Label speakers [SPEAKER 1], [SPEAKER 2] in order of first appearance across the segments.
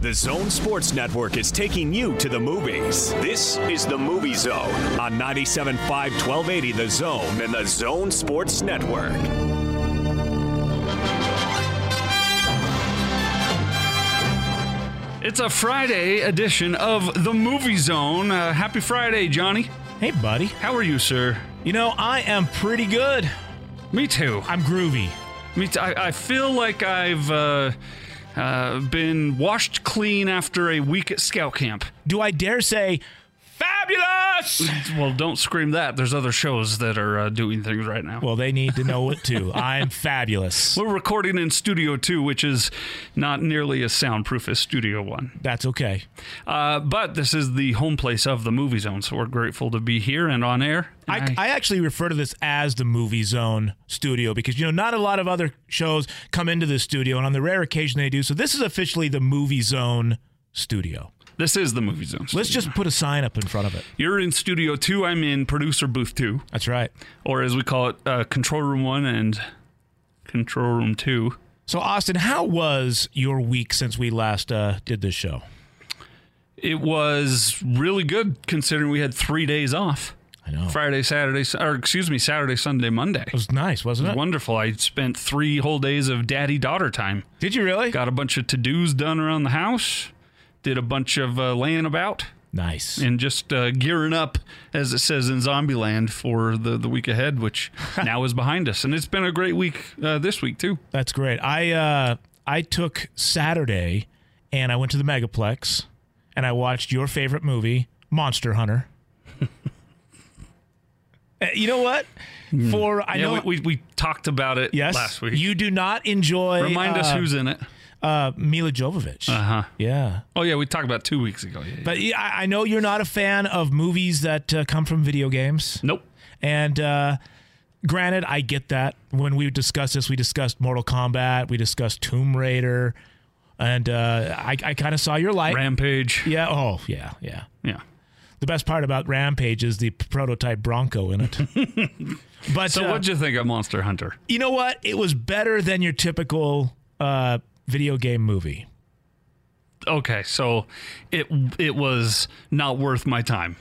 [SPEAKER 1] the Zone Sports Network is taking you to the movies. This is the Movie Zone on 97.5 1280 The Zone and the Zone Sports Network.
[SPEAKER 2] It's a Friday edition of the Movie Zone. Uh, happy Friday, Johnny.
[SPEAKER 3] Hey, buddy.
[SPEAKER 2] How are you, sir?
[SPEAKER 3] You know, I am pretty good.
[SPEAKER 2] Me too.
[SPEAKER 3] I'm groovy.
[SPEAKER 2] Me too. I, I feel like I've uh, uh, been washed clean after a week at scout camp.
[SPEAKER 3] Do I dare say, fabulous?
[SPEAKER 2] Well, don't scream that. There's other shows that are uh, doing things right now.
[SPEAKER 3] Well, they need to know it too. I'm fabulous.
[SPEAKER 2] We're recording in Studio 2, which is not nearly as soundproof as Studio 1.
[SPEAKER 3] That's okay.
[SPEAKER 2] Uh, but this is the home place of the Movie Zone, so we're grateful to be here and on air.
[SPEAKER 3] I, I actually refer to this as the Movie Zone studio because, you know, not a lot of other shows come into this studio, and on the rare occasion they do. So this is officially the Movie Zone studio.
[SPEAKER 2] this is the Movie Zone.
[SPEAKER 3] Let's just put a sign up in front of it.
[SPEAKER 2] You're in Studio 2, I'm in Producer Booth 2,
[SPEAKER 3] That's right.
[SPEAKER 2] or as we call it, uh, Control Room 1 and Control Room 2.
[SPEAKER 3] So, Austin, how was your week since we last uh, did this show?
[SPEAKER 2] It was really good considering we had three days off.
[SPEAKER 3] I know. It
[SPEAKER 2] Friday, Saturday, or excuse me, Saturday, Sunday, Monday. It
[SPEAKER 3] Oh. was nice, wasn't
[SPEAKER 2] was
[SPEAKER 3] it?
[SPEAKER 2] wonderful. I spent three whole days of daddy daughter time.
[SPEAKER 3] Did you really?
[SPEAKER 2] Got a bunch of to dos done around the house, did a bunch of uh, laying about,
[SPEAKER 3] Nice.
[SPEAKER 2] and just uh, gearing up, as it says in Zombieland, for the, the week ahead, which now is behind us. And it's been a great week uh, this week, too.
[SPEAKER 3] That's great. I uh, I took Saturday and I went to the Megaplex and I watched your favorite movie, Monster Hunter. Uh, you know what? For I
[SPEAKER 2] yeah,
[SPEAKER 3] know
[SPEAKER 2] we, we, we talked about it
[SPEAKER 3] yes,
[SPEAKER 2] last week.
[SPEAKER 3] you do not enjoy
[SPEAKER 2] Remind us
[SPEAKER 3] uh,
[SPEAKER 2] who's in it.
[SPEAKER 3] uh, Mila Jovovich.
[SPEAKER 2] Uh huh.
[SPEAKER 3] yeah,
[SPEAKER 2] Oh, yeah, we talked about it two weeks ago. Yeah, yeah.
[SPEAKER 3] but yeah, I I know you're not a fan of movies that uh, come from video games.
[SPEAKER 2] nope.
[SPEAKER 3] And uh, granted, I get that. When we discussed this, we discussed Mortal Kombat, we discussed Tomb Raider, and uh, I, I kind of saw your light.
[SPEAKER 2] Rampage.
[SPEAKER 3] yeah. Oh, yeah, yeah.
[SPEAKER 2] Yeah.
[SPEAKER 3] The best part about Rampage is the prototype Bronco in it. but
[SPEAKER 2] So,
[SPEAKER 3] uh,
[SPEAKER 2] what'd you think of Monster Hunter?
[SPEAKER 3] you know what? It was better than your typical uh, video game movie.
[SPEAKER 2] Okay, so it it was not worth my time.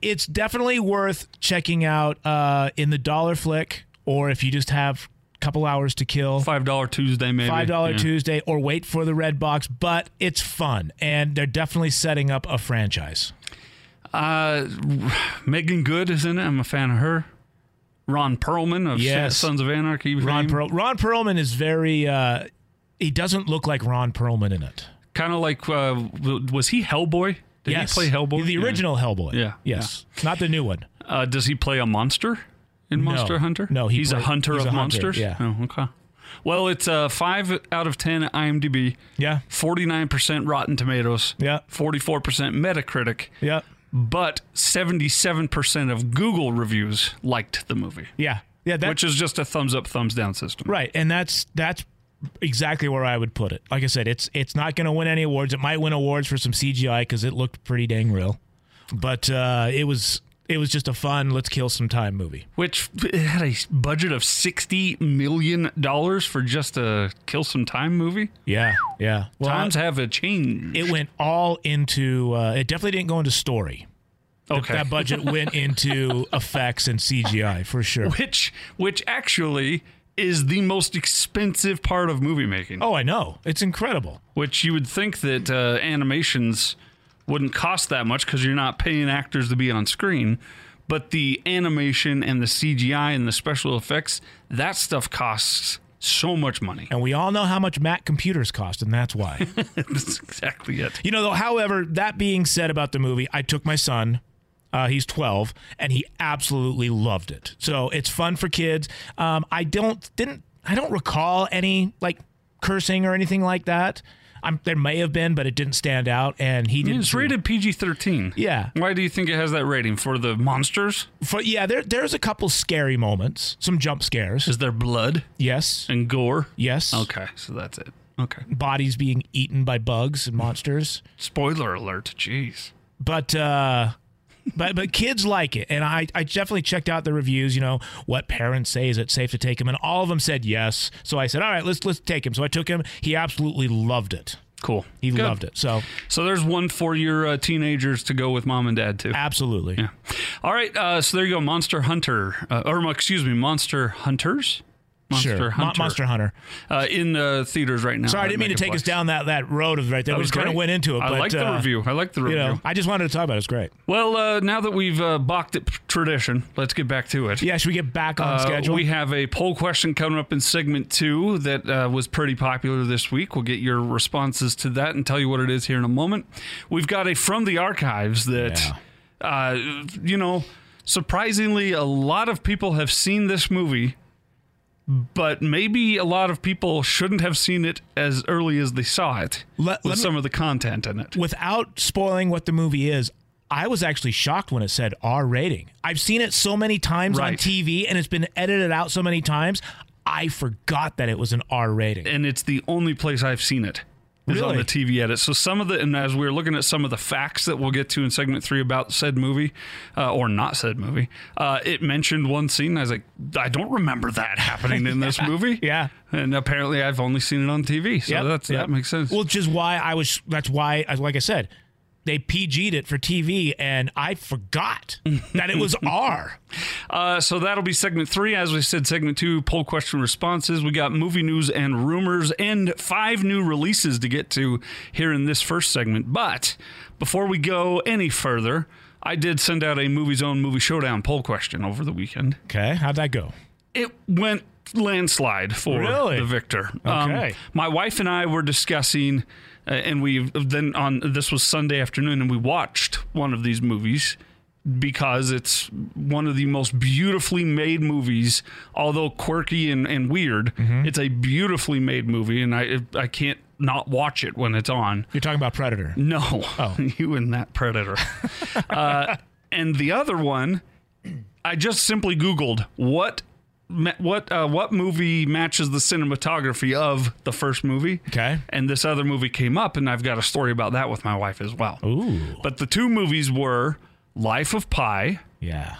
[SPEAKER 3] it's definitely worth checking out uh, in the dollar flick, or if you just have a couple hours to kill,
[SPEAKER 2] Five dollar Tuesday, maybe.
[SPEAKER 3] five dollar
[SPEAKER 2] Yeah.
[SPEAKER 3] Tuesday, or wait for the red box. But it's fun, and they're definitely setting up a franchise.
[SPEAKER 2] Uh, Megan Good is in it. I'm a fan of her. Ron Perlman of
[SPEAKER 3] Yes.
[SPEAKER 2] Sons of Anarchy.
[SPEAKER 3] Ron,
[SPEAKER 2] fame.
[SPEAKER 3] Perl- Ron Perlman is very. Uh, he doesn't look like Ron Perlman in it.
[SPEAKER 2] Kind of like uh, w- was he Hellboy? Did
[SPEAKER 3] yes,
[SPEAKER 2] he play Hellboy?
[SPEAKER 3] The
[SPEAKER 2] Yeah.
[SPEAKER 3] original Hellboy.
[SPEAKER 2] Yeah,
[SPEAKER 3] Yes, not the new one.
[SPEAKER 2] Uh, does he play a monster in Monster Hunter?
[SPEAKER 3] No, he
[SPEAKER 2] he's
[SPEAKER 3] play-
[SPEAKER 2] a hunter
[SPEAKER 3] he's
[SPEAKER 2] of
[SPEAKER 3] a hunter,
[SPEAKER 2] monsters.
[SPEAKER 3] yeah.
[SPEAKER 2] Oh, okay. Well, it's uh, five out of ten at IMDb,
[SPEAKER 3] Yeah.
[SPEAKER 2] forty nine percent Rotten Tomatoes,
[SPEAKER 3] Yeah.
[SPEAKER 2] forty four percent Metacritic.
[SPEAKER 3] Yeah.
[SPEAKER 2] but 77% of Google reviews liked the movie,
[SPEAKER 3] Yeah. Yeah. That,
[SPEAKER 2] which is just a thumbs up, thumbs down system.
[SPEAKER 3] Right, and that's that's exactly where I would put it. Like I said, it's it's not going to win any awards. It might win awards for some CGI because it looked pretty dang real, but uh, it was it was just a fun let's kill some time movie.
[SPEAKER 2] Which it had a budget of $60 million for just a kill some time movie.
[SPEAKER 3] Yeah, yeah. Well,
[SPEAKER 2] Times have a change.
[SPEAKER 3] it went all into uh, it. Definitely didn't go into story.
[SPEAKER 2] okay.
[SPEAKER 3] That budget went into effects and CGI for sure.
[SPEAKER 2] which, which actually is the most expensive part of movie making,
[SPEAKER 3] Oh, I know. It's incredible.
[SPEAKER 2] which you would think that uh, animations wouldn't cost that much because you're not paying actors to be on screen. But the animation and the CGI and the special effects, that stuff costs so much money.
[SPEAKER 3] And we all know how much Mac computers cost, and that's why.
[SPEAKER 2] That's exactly it.
[SPEAKER 3] You know, though, however, that being said about the movie, I took my son. Uh, he's 12 and he absolutely loved it. So it's fun for kids. Um, I don't didn't I don't recall any like cursing or anything like that. I'm, there may have been, but it didn't stand out. And he didn't.
[SPEAKER 2] It's rated PG 13.
[SPEAKER 3] Yeah.
[SPEAKER 2] Why do you think it has that rating? For the monsters?
[SPEAKER 3] For, yeah, there, there's a couple scary moments, some jump scares.
[SPEAKER 2] Is there blood
[SPEAKER 3] Yes,
[SPEAKER 2] and gore?
[SPEAKER 3] yes.
[SPEAKER 2] Okay, so that's it. Okay.
[SPEAKER 3] Bodies being eaten by bugs and monsters.
[SPEAKER 2] Spoiler alert. Jeez.
[SPEAKER 3] but uh but but kids like it and I, I definitely checked out the reviews you know what parents say is it safe to take him and all of them said yes so i said all right let's let's take him so i took him he absolutely loved it
[SPEAKER 2] Cool.
[SPEAKER 3] He
[SPEAKER 2] Good.
[SPEAKER 3] loved it. So
[SPEAKER 2] So there's one for your uh, teenagers to go with mom and dad too.
[SPEAKER 3] absolutely.
[SPEAKER 2] Yeah. All right. Uh, so there you go, Monster Hunter, uh, or excuse me, Monster Hunters. Monster
[SPEAKER 3] sure. Mo-
[SPEAKER 2] Hunter.
[SPEAKER 3] Monster Hunter.
[SPEAKER 2] Uh, in uh, theaters right now.
[SPEAKER 3] Sorry, I
[SPEAKER 2] at
[SPEAKER 3] didn't mean to take
[SPEAKER 2] Megaplex.
[SPEAKER 3] us down that, that road of right there.
[SPEAKER 2] That
[SPEAKER 3] we
[SPEAKER 2] was
[SPEAKER 3] just kind of
[SPEAKER 2] great.
[SPEAKER 3] went into it.
[SPEAKER 2] I
[SPEAKER 3] but,
[SPEAKER 2] like the
[SPEAKER 3] uh,
[SPEAKER 2] review. I like the
[SPEAKER 3] You
[SPEAKER 2] review.
[SPEAKER 3] know, I just wanted to talk about it. It's great.
[SPEAKER 2] Well, uh, now that we've uh, balked at p- tradition, let's get back to it.
[SPEAKER 3] Yeah, should we get back on
[SPEAKER 2] Uh,
[SPEAKER 3] schedule?
[SPEAKER 2] we have a poll question coming up in segment two that uh, was pretty popular this week. We'll get your responses to that and tell you what it is here in a moment. We've got a from the archives that, uh, you know, surprisingly, a lot of people have seen this movie, but maybe a lot of people shouldn't have seen it as early as they saw it
[SPEAKER 3] Let-
[SPEAKER 2] with
[SPEAKER 3] let me-
[SPEAKER 2] some of the content in it.
[SPEAKER 3] without spoiling what the movie is, I was actually shocked when it said R rating. I've seen it so many times on
[SPEAKER 2] Right.
[SPEAKER 3] TV and it's been edited out so many times. I forgot that it was an R rating.
[SPEAKER 2] and it's the only place I've seen it. Is on
[SPEAKER 3] Really?
[SPEAKER 2] the TV edit. So some of the, and as we were looking at some of the facts that we'll get to in segment three about said movie, uh, or not said movie, uh, it mentioned one scene. I was like, I don't remember that happening in this movie.
[SPEAKER 3] Yeah.
[SPEAKER 2] And apparently, I've only seen it on TV. So
[SPEAKER 3] Yep,
[SPEAKER 2] that's
[SPEAKER 3] yep.
[SPEAKER 2] that makes sense.
[SPEAKER 3] Which is why I was. That's why, like I said, they PG'd it for TV, and I forgot that it was R.
[SPEAKER 2] Uh, so that'll be segment three. As we said, segment two, poll question responses. We got movie news and rumors and five new releases to get to here in this first segment. But before we go any further, I did send out a Movie Zone Movie Showdown poll question over the weekend.
[SPEAKER 3] Okay, how'd that go?
[SPEAKER 2] It went landslide for
[SPEAKER 3] Really?
[SPEAKER 2] the victor. Um,
[SPEAKER 3] Okay.
[SPEAKER 2] my wife and I were discussing, uh, and we then on this was Sunday afternoon, and we watched one of these movies because it's one of the most beautifully made movies. Although quirky and, and weird,
[SPEAKER 3] Mm-hmm.
[SPEAKER 2] it's a beautifully made movie, and I I can't not watch it when it's on.
[SPEAKER 3] You're talking about Predator.
[SPEAKER 2] No,
[SPEAKER 3] Oh.
[SPEAKER 2] you and that predator. uh, and the other one, I just simply Googled what ma- what uh, what movie matches the cinematography of the first movie.
[SPEAKER 3] Okay.
[SPEAKER 2] and this other movie came up, and I've got a story about that with my wife as well.
[SPEAKER 3] Oh. Ooh,
[SPEAKER 2] But the two movies were Life of Pi
[SPEAKER 3] yeah.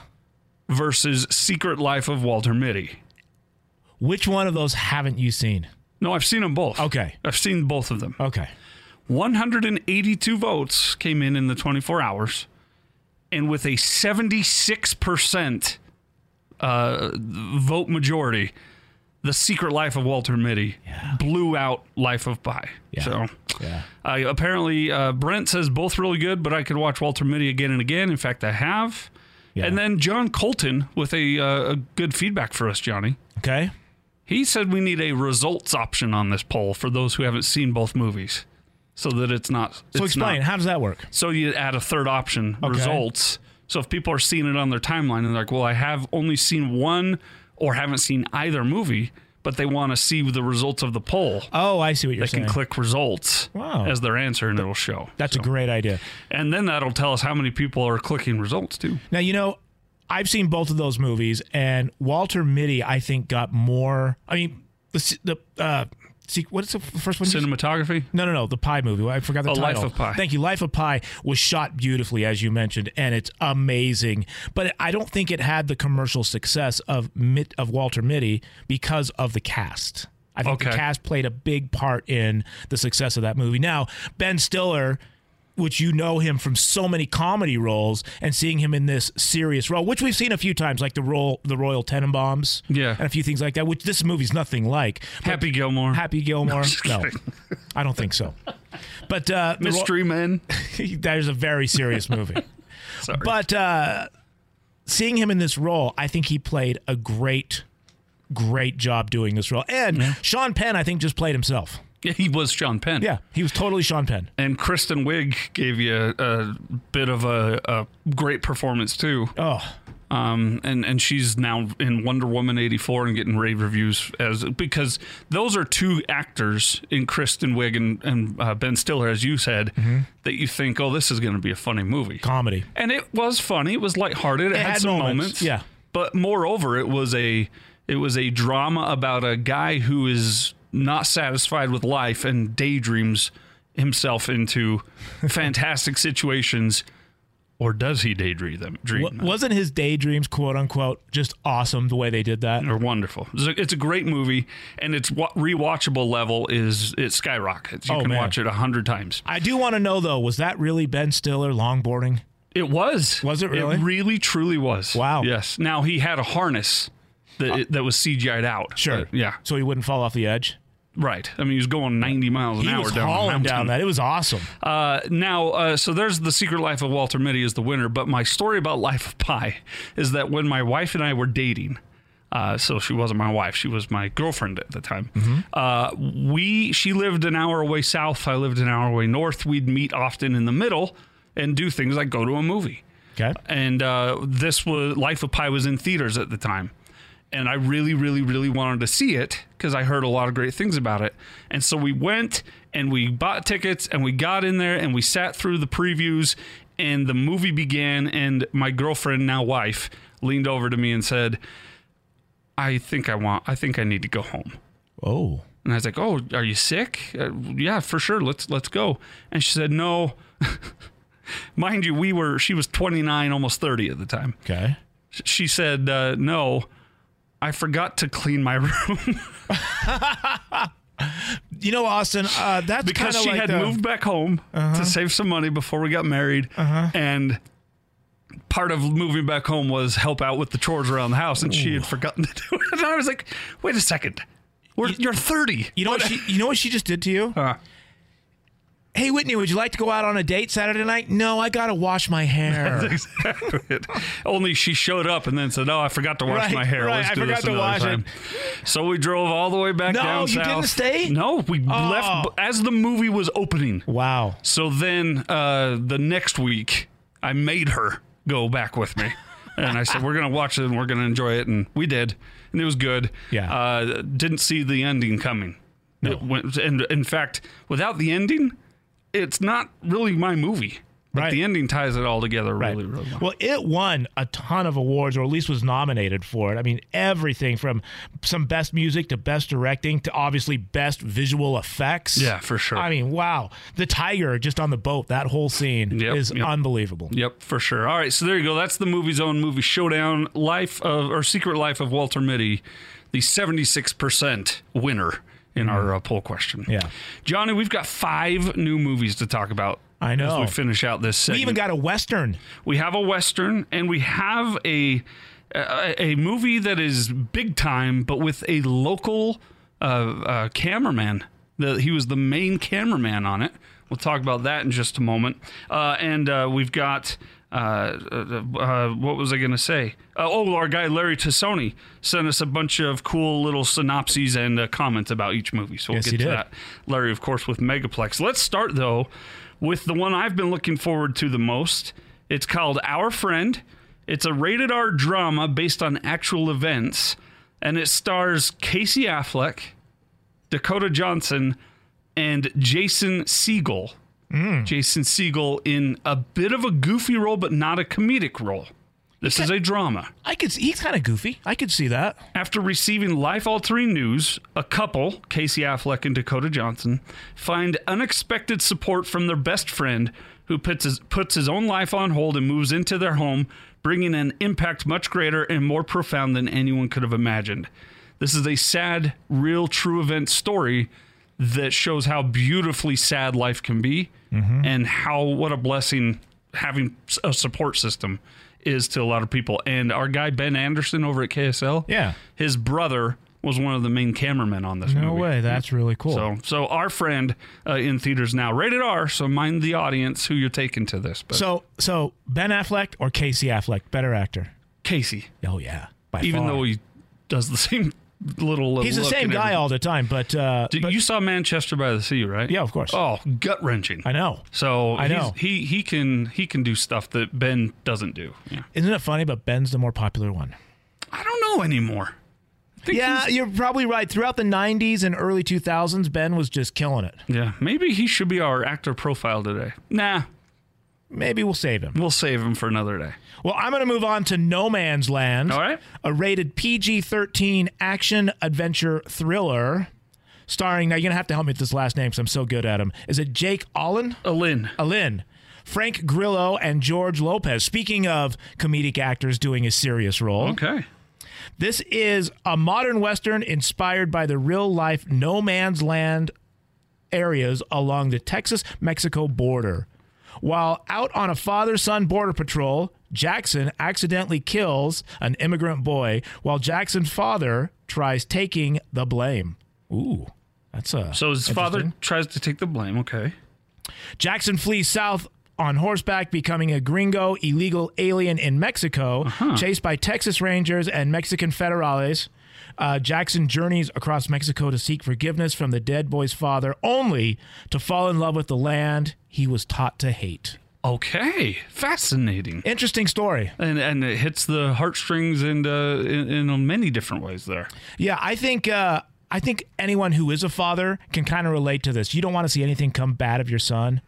[SPEAKER 2] versus Secret Life of Walter Mitty.
[SPEAKER 3] Which one of those haven't you seen?
[SPEAKER 2] No, I've seen them both.
[SPEAKER 3] Okay.
[SPEAKER 2] I've seen both of them.
[SPEAKER 3] Okay.
[SPEAKER 2] 182 votes came in in the 24 hours, and with a 76% uh, vote majority, the Secret Life of Walter Mitty blew out Life of Pi. So.
[SPEAKER 3] Yeah.
[SPEAKER 2] Uh, apparently, uh, Brent says both really good, but I could watch Walter Mitty again and again. In fact, I have.
[SPEAKER 3] Yeah.
[SPEAKER 2] And then John Colton with a, uh, a good feedback for us, Johnny.
[SPEAKER 3] Okay.
[SPEAKER 2] He said we need a results option on this poll for those who haven't seen both movies, so that it's not.
[SPEAKER 3] So
[SPEAKER 2] it's
[SPEAKER 3] explain.
[SPEAKER 2] not-
[SPEAKER 3] How does that work?
[SPEAKER 2] so you add a third option, results. So if people are seeing it on their timeline and they're like, "Well, I have only seen one or haven't seen either movie," but they want to see the results of the poll,
[SPEAKER 3] Oh, I see what you're
[SPEAKER 2] they
[SPEAKER 3] saying.
[SPEAKER 2] can click results
[SPEAKER 3] Wow.
[SPEAKER 2] as their answer, and it'll show.
[SPEAKER 3] That's a great idea.
[SPEAKER 2] And then that'll tell us how many people are clicking results too.
[SPEAKER 3] Now, you know, I've seen both of those movies, and Walter Mitty, I think, got more. I mean, the s- the uh, see, what's the f- first one? you
[SPEAKER 2] Cinematography.
[SPEAKER 3] No, no, no. The Pie movie. I forgot the
[SPEAKER 2] Oh, Life
[SPEAKER 3] title.
[SPEAKER 2] of Pi.
[SPEAKER 3] Thank you. Life of Pi was shot beautifully, as you mentioned, and it's amazing. But I don't think it had the commercial success of Mit, of Walter Mitty because of the cast. I think the
[SPEAKER 2] Okay.
[SPEAKER 3] cast played a big part in the success of that movie. Now, Ben Stiller, which you know him from so many comedy roles, and seeing him in this serious role, which we've seen a few times, like the role, the Royal Tenenbaums,
[SPEAKER 2] Yeah.
[SPEAKER 3] and a few things like that. Which this movie's nothing like. But-
[SPEAKER 2] Happy Gilmore.
[SPEAKER 3] Happy Gilmore?
[SPEAKER 2] just
[SPEAKER 3] No,
[SPEAKER 2] kidding.
[SPEAKER 3] I don't think so. But uh, the Ro-
[SPEAKER 2] Mystery Men.
[SPEAKER 3] that is a very serious movie.
[SPEAKER 2] Sorry.
[SPEAKER 3] but uh, seeing him in this role, I think he played a great, great job doing this role. And Sean Penn, I think, just played himself.
[SPEAKER 2] Yeah, he was Sean Penn.
[SPEAKER 3] Yeah, he was totally Sean Penn.
[SPEAKER 2] And Kristen Wiig gave you a, a bit of a, a great performance too.
[SPEAKER 3] Oh,
[SPEAKER 2] Um, and and she's now in Wonder Woman '84 and getting rave reviews as because those are two actors in Kristen Wiig and, and uh, Ben Stiller, as you said, that you think, oh, this is going to be a funny movie.
[SPEAKER 3] comedy.
[SPEAKER 2] And it was funny. It was lighthearted. It,
[SPEAKER 3] It
[SPEAKER 2] had,
[SPEAKER 3] had
[SPEAKER 2] some
[SPEAKER 3] moments,
[SPEAKER 2] moments.
[SPEAKER 3] yeah.
[SPEAKER 2] But moreover, it was a it was a drama about a guy who is not satisfied with life and daydreams himself into fantastic situations or does he daydream them? Dream
[SPEAKER 3] W-
[SPEAKER 2] them?
[SPEAKER 3] wasn't his daydreams quote unquote just awesome the way they did that?
[SPEAKER 2] are wonderful. It's a, it's a great movie, and its wa- rewatchable level is it skyrockets. You
[SPEAKER 3] Oh,
[SPEAKER 2] can
[SPEAKER 3] man.
[SPEAKER 2] watch it a hundred times.
[SPEAKER 3] I do want to know though, was that really Ben Stiller longboarding?
[SPEAKER 2] It was.
[SPEAKER 3] Was it really?
[SPEAKER 2] It really, truly was.
[SPEAKER 3] Wow. Uh,
[SPEAKER 2] Yes. Now he had a harness that that was CGI'd out.
[SPEAKER 3] Sure.
[SPEAKER 2] But, yeah.
[SPEAKER 3] So he wouldn't fall off the edge.
[SPEAKER 2] Right. I mean, he was going 90 miles an
[SPEAKER 3] He
[SPEAKER 2] hour
[SPEAKER 3] was
[SPEAKER 2] down, the
[SPEAKER 3] hauling
[SPEAKER 2] mountain.
[SPEAKER 3] down that. It was awesome.
[SPEAKER 2] Uh, now, uh, so there's the Secret Life of Walter Mitty is the winner. But my story about Life of Pi is that when my wife and I were dating, uh, so she wasn't my wife; she was my girlfriend at the time.
[SPEAKER 3] Mm-hmm.
[SPEAKER 2] Uh, we she lived an hour away south. I lived an hour away north. We'd meet often in the middle and do things like go to a movie
[SPEAKER 3] Okay.
[SPEAKER 2] and uh, this was Life of Pi was in theaters at the time, and I really, really, really wanted to see it because I heard a lot of great things about it. And so we went and we bought tickets and we got in there and we sat through the previews and the movie began. And my girlfriend, now wife, leaned over to me and said, "I think I want. I think I need to go home."
[SPEAKER 3] Oh.
[SPEAKER 2] And I was like, "Oh, are you sick? Uh, yeah, for sure. Let's let's go." And she said, "No." Mind you, we were she was 29, almost 30 at the time.
[SPEAKER 3] Okay.
[SPEAKER 2] She said, uh, "No, I forgot to clean my room
[SPEAKER 3] You know, Austin, uh, that's
[SPEAKER 2] because
[SPEAKER 3] kinda
[SPEAKER 2] she
[SPEAKER 3] like
[SPEAKER 2] had
[SPEAKER 3] the- Uh-huh.
[SPEAKER 2] moved back home to save some money before we got married, and." Part of moving back home was help out with the chores around the house, and she had forgotten to do it. And I was like, "Wait a second, we're, you're 30.
[SPEAKER 3] You know what she, you know what she just did to you?
[SPEAKER 2] Uh.
[SPEAKER 3] Hey Whitney, would you like to go out on a date Saturday night? No, I gotta wash my hair.
[SPEAKER 2] exactly it. Only she showed up and then said, "Oh, I forgot to wash
[SPEAKER 3] Right,
[SPEAKER 2] my hair.
[SPEAKER 3] right,
[SPEAKER 2] Let's
[SPEAKER 3] I
[SPEAKER 2] do
[SPEAKER 3] forgot
[SPEAKER 2] this
[SPEAKER 3] to
[SPEAKER 2] another
[SPEAKER 3] wash it."
[SPEAKER 2] time." So we drove all the way back
[SPEAKER 3] No,
[SPEAKER 2] down
[SPEAKER 3] you didn't
[SPEAKER 2] south.
[SPEAKER 3] stay? Oh.
[SPEAKER 2] No, we left b- as the movie was opening.
[SPEAKER 3] wow.
[SPEAKER 2] So then uh, the next week, I made her go back with me. And I said, we're going to watch it and we're going to enjoy it. And we did. And it was good.
[SPEAKER 3] Yeah.
[SPEAKER 2] Uh, didn't see the ending coming. No. and in fact, without the ending, it's not really my movie. But
[SPEAKER 3] Right.
[SPEAKER 2] the ending ties it all together
[SPEAKER 3] Right.
[SPEAKER 2] really, really well.
[SPEAKER 3] Well, it won a ton of awards, or at least was nominated for it. I mean, everything from some best music to best directing to obviously best visual effects.
[SPEAKER 2] Yeah, for sure.
[SPEAKER 3] I mean, wow. The tiger just on the boat, that whole scene
[SPEAKER 2] Yep,
[SPEAKER 3] is
[SPEAKER 2] yep.
[SPEAKER 3] unbelievable.
[SPEAKER 2] Yep, for sure. All right, so there you go. That's the movie's own movie showdown, Life of or Secret Life of Walter Mitty, the 76% winner in our uh, poll question.
[SPEAKER 3] Mm-hmm. Yeah.
[SPEAKER 2] Johnny, we've got 5 new movies to talk about.
[SPEAKER 3] I know.
[SPEAKER 2] As we finish out this segment.
[SPEAKER 3] We even got a Western.
[SPEAKER 2] We have a western and we have a a, a movie that is big time, but with a local uh, uh, cameraman. The, he was the main cameraman on it. We'll talk about that in just a moment. Uh, and uh, we've got. Uh, uh, uh, what was I going to say? Uh, oh, our guy Larry Tassoni sent us a bunch of cool little synopses and uh, comments about each movie. So we'll
[SPEAKER 3] Yes,
[SPEAKER 2] get
[SPEAKER 3] he
[SPEAKER 2] to
[SPEAKER 3] did.
[SPEAKER 2] that. Larry, of course, with Megaplex. Let's start, though, with the one I've been looking forward to the most. It's called Our Friend. It's a rated R drama based on actual events, and it stars Casey Affleck, Dakota Johnson, and Jason Siegel. Jason Siegel in a bit of a goofy role, but not a comedic role. This is a drama.
[SPEAKER 3] I could. see- He's kind of goofy. I could see that.
[SPEAKER 2] After receiving life altering news, a couple, Casey Affleck and Dakota Johnson, find unexpected support from their best friend who puts his, puts his own life on hold and moves into their home, bringing an impact much greater and more profound than anyone could have imagined. This is a sad, real, true event story that shows how beautifully sad life can be and how what a blessing having s- a support system is to a lot of people. And our guy Ben Anderson over at KSL,
[SPEAKER 3] Yeah.
[SPEAKER 2] his brother was one of the main cameramen on this
[SPEAKER 3] No
[SPEAKER 2] movie.
[SPEAKER 3] way. That's really cool.
[SPEAKER 2] So, so our friend uh, in theaters now, rated R. So mind the audience who you're taking to this. But
[SPEAKER 3] so, so Ben Affleck or Casey Affleck, better actor.
[SPEAKER 2] Casey,
[SPEAKER 3] Oh yeah. By
[SPEAKER 2] even
[SPEAKER 3] far.
[SPEAKER 2] though he does the same little, uh,
[SPEAKER 3] he's the
[SPEAKER 2] look
[SPEAKER 3] same
[SPEAKER 2] and
[SPEAKER 3] guy
[SPEAKER 2] everything.
[SPEAKER 3] all the time, but, uh,
[SPEAKER 2] Did-
[SPEAKER 3] but-
[SPEAKER 2] you saw Manchester by the Sea, right?
[SPEAKER 3] Yeah, of course.
[SPEAKER 2] Oh, gut wrenching.
[SPEAKER 3] I know.
[SPEAKER 2] So
[SPEAKER 3] I
[SPEAKER 2] he's-
[SPEAKER 3] know.
[SPEAKER 2] he he can he can do stuff that Ben doesn't do. Yeah.
[SPEAKER 3] Isn't it funny? But Ben's the more popular one.
[SPEAKER 2] I don't know anymore. I think
[SPEAKER 3] Yeah,
[SPEAKER 2] he's-
[SPEAKER 3] you're probably right. Throughout the 90s and early 2000s, Ben was just killing it.
[SPEAKER 2] yeah. Maybe he should be our actor profile today. Nah,
[SPEAKER 3] Maybe we'll save him.
[SPEAKER 2] we'll save him for another day.
[SPEAKER 3] Well, I'm going to move on to No Man's Land.
[SPEAKER 2] All right.
[SPEAKER 3] A rated PG 13 action adventure thriller starring, now you're going to have to help me with this last name because I'm so good at him. Is it Jake Allen?
[SPEAKER 2] Alin.
[SPEAKER 3] Allen. Frank Grillo and George Lopez. Speaking of comedic actors doing a serious role,
[SPEAKER 2] Okay.
[SPEAKER 3] this is a modern Western inspired by the real life no man's land areas along the Texas Mexico border. While out on a father son border patrol, Jackson accidentally kills an immigrant boy while Jackson's father tries taking the blame. Ooh, that's a.
[SPEAKER 2] So his father
[SPEAKER 3] interesting.
[SPEAKER 2] tries to take the blame. Okay.
[SPEAKER 3] Jackson flees south on horseback, becoming a gringo, illegal alien in Mexico, chased by Texas Rangers and Mexican federales. Uh, Jackson journeys across Mexico to seek forgiveness from the dead boy's father, only to fall in love with the land he was taught to hate.
[SPEAKER 2] Okay. Fascinating.
[SPEAKER 3] Interesting story.
[SPEAKER 2] And and it hits the heartstrings and uh, in, in many different ways there.
[SPEAKER 3] Yeah, I think uh, I think anyone who is a father can kind of relate to this. You don't want to see anything come bad of your son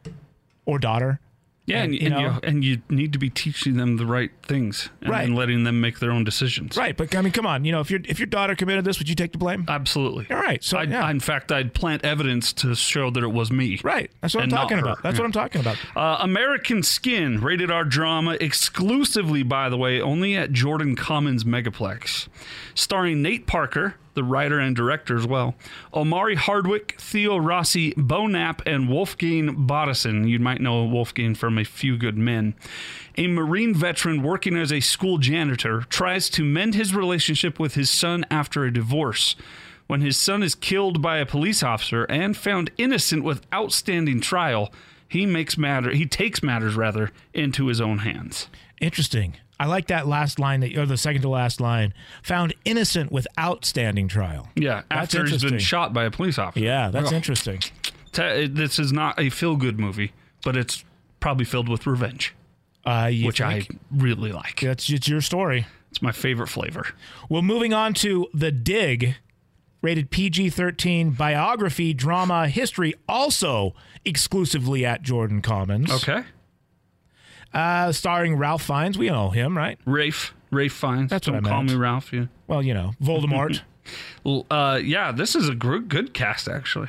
[SPEAKER 3] or daughter.
[SPEAKER 2] Yeah, and,
[SPEAKER 3] And,
[SPEAKER 2] and,
[SPEAKER 3] you
[SPEAKER 2] you,
[SPEAKER 3] know-
[SPEAKER 2] and you need to be teaching them the right things and
[SPEAKER 3] Right.
[SPEAKER 2] then letting them make their own decisions.
[SPEAKER 3] Right, but I mean, come on. You know, if your if your daughter committed this, would you take the blame?
[SPEAKER 2] Absolutely.
[SPEAKER 3] All right, so,
[SPEAKER 2] I'd,
[SPEAKER 3] yeah.
[SPEAKER 2] in fact, I'd plant evidence to show that it was me.
[SPEAKER 3] Right. That's what
[SPEAKER 2] and
[SPEAKER 3] I'm
[SPEAKER 2] not
[SPEAKER 3] talking
[SPEAKER 2] her.
[SPEAKER 3] about. That's what I'm talking about.
[SPEAKER 2] Uh, American Skin, rated R drama, exclusively, by the way, only at Jordan Commons Megaplex. Starring Nate Parker, the writer and director as well, Omari Hardwick, Theo Rossi, Bo Knapp, and Wolfgang Bodison. You might know Wolfgang from A Few Good Men. A Marine veteran working as a school janitor tries to mend his relationship with his son after a divorce. When his son is killed by a police officer and found innocent with outstanding trial, he makes matter he takes matters rather into his own hands.
[SPEAKER 3] Interesting. I like that last line that or the second to last line. Found innocent without standing trial.
[SPEAKER 2] Yeah,
[SPEAKER 3] That's
[SPEAKER 2] after he's been
[SPEAKER 3] interesting.
[SPEAKER 2] shot by a police officer.
[SPEAKER 3] Yeah, that's interesting.
[SPEAKER 2] Te- this is not a feel good movie, but it's probably filled with revenge,
[SPEAKER 3] Uh, you
[SPEAKER 2] which I
[SPEAKER 3] think?
[SPEAKER 2] really like.
[SPEAKER 3] that's it's your story.
[SPEAKER 2] It's my favorite flavor.
[SPEAKER 3] Well, moving on to the dig, rated PG-13 biography, drama, history, also exclusively at Jordan Commons.
[SPEAKER 2] Okay,
[SPEAKER 3] Uh, starring Ralph Fiennes. We know him, right?
[SPEAKER 2] Rafe. Rafe Fiennes.
[SPEAKER 3] That's what
[SPEAKER 2] Don't
[SPEAKER 3] I
[SPEAKER 2] call
[SPEAKER 3] meant.
[SPEAKER 2] me Ralph. Yeah.
[SPEAKER 3] Well, you know Voldemort.
[SPEAKER 2] L- Uh, yeah, this is a gr- good cast actually.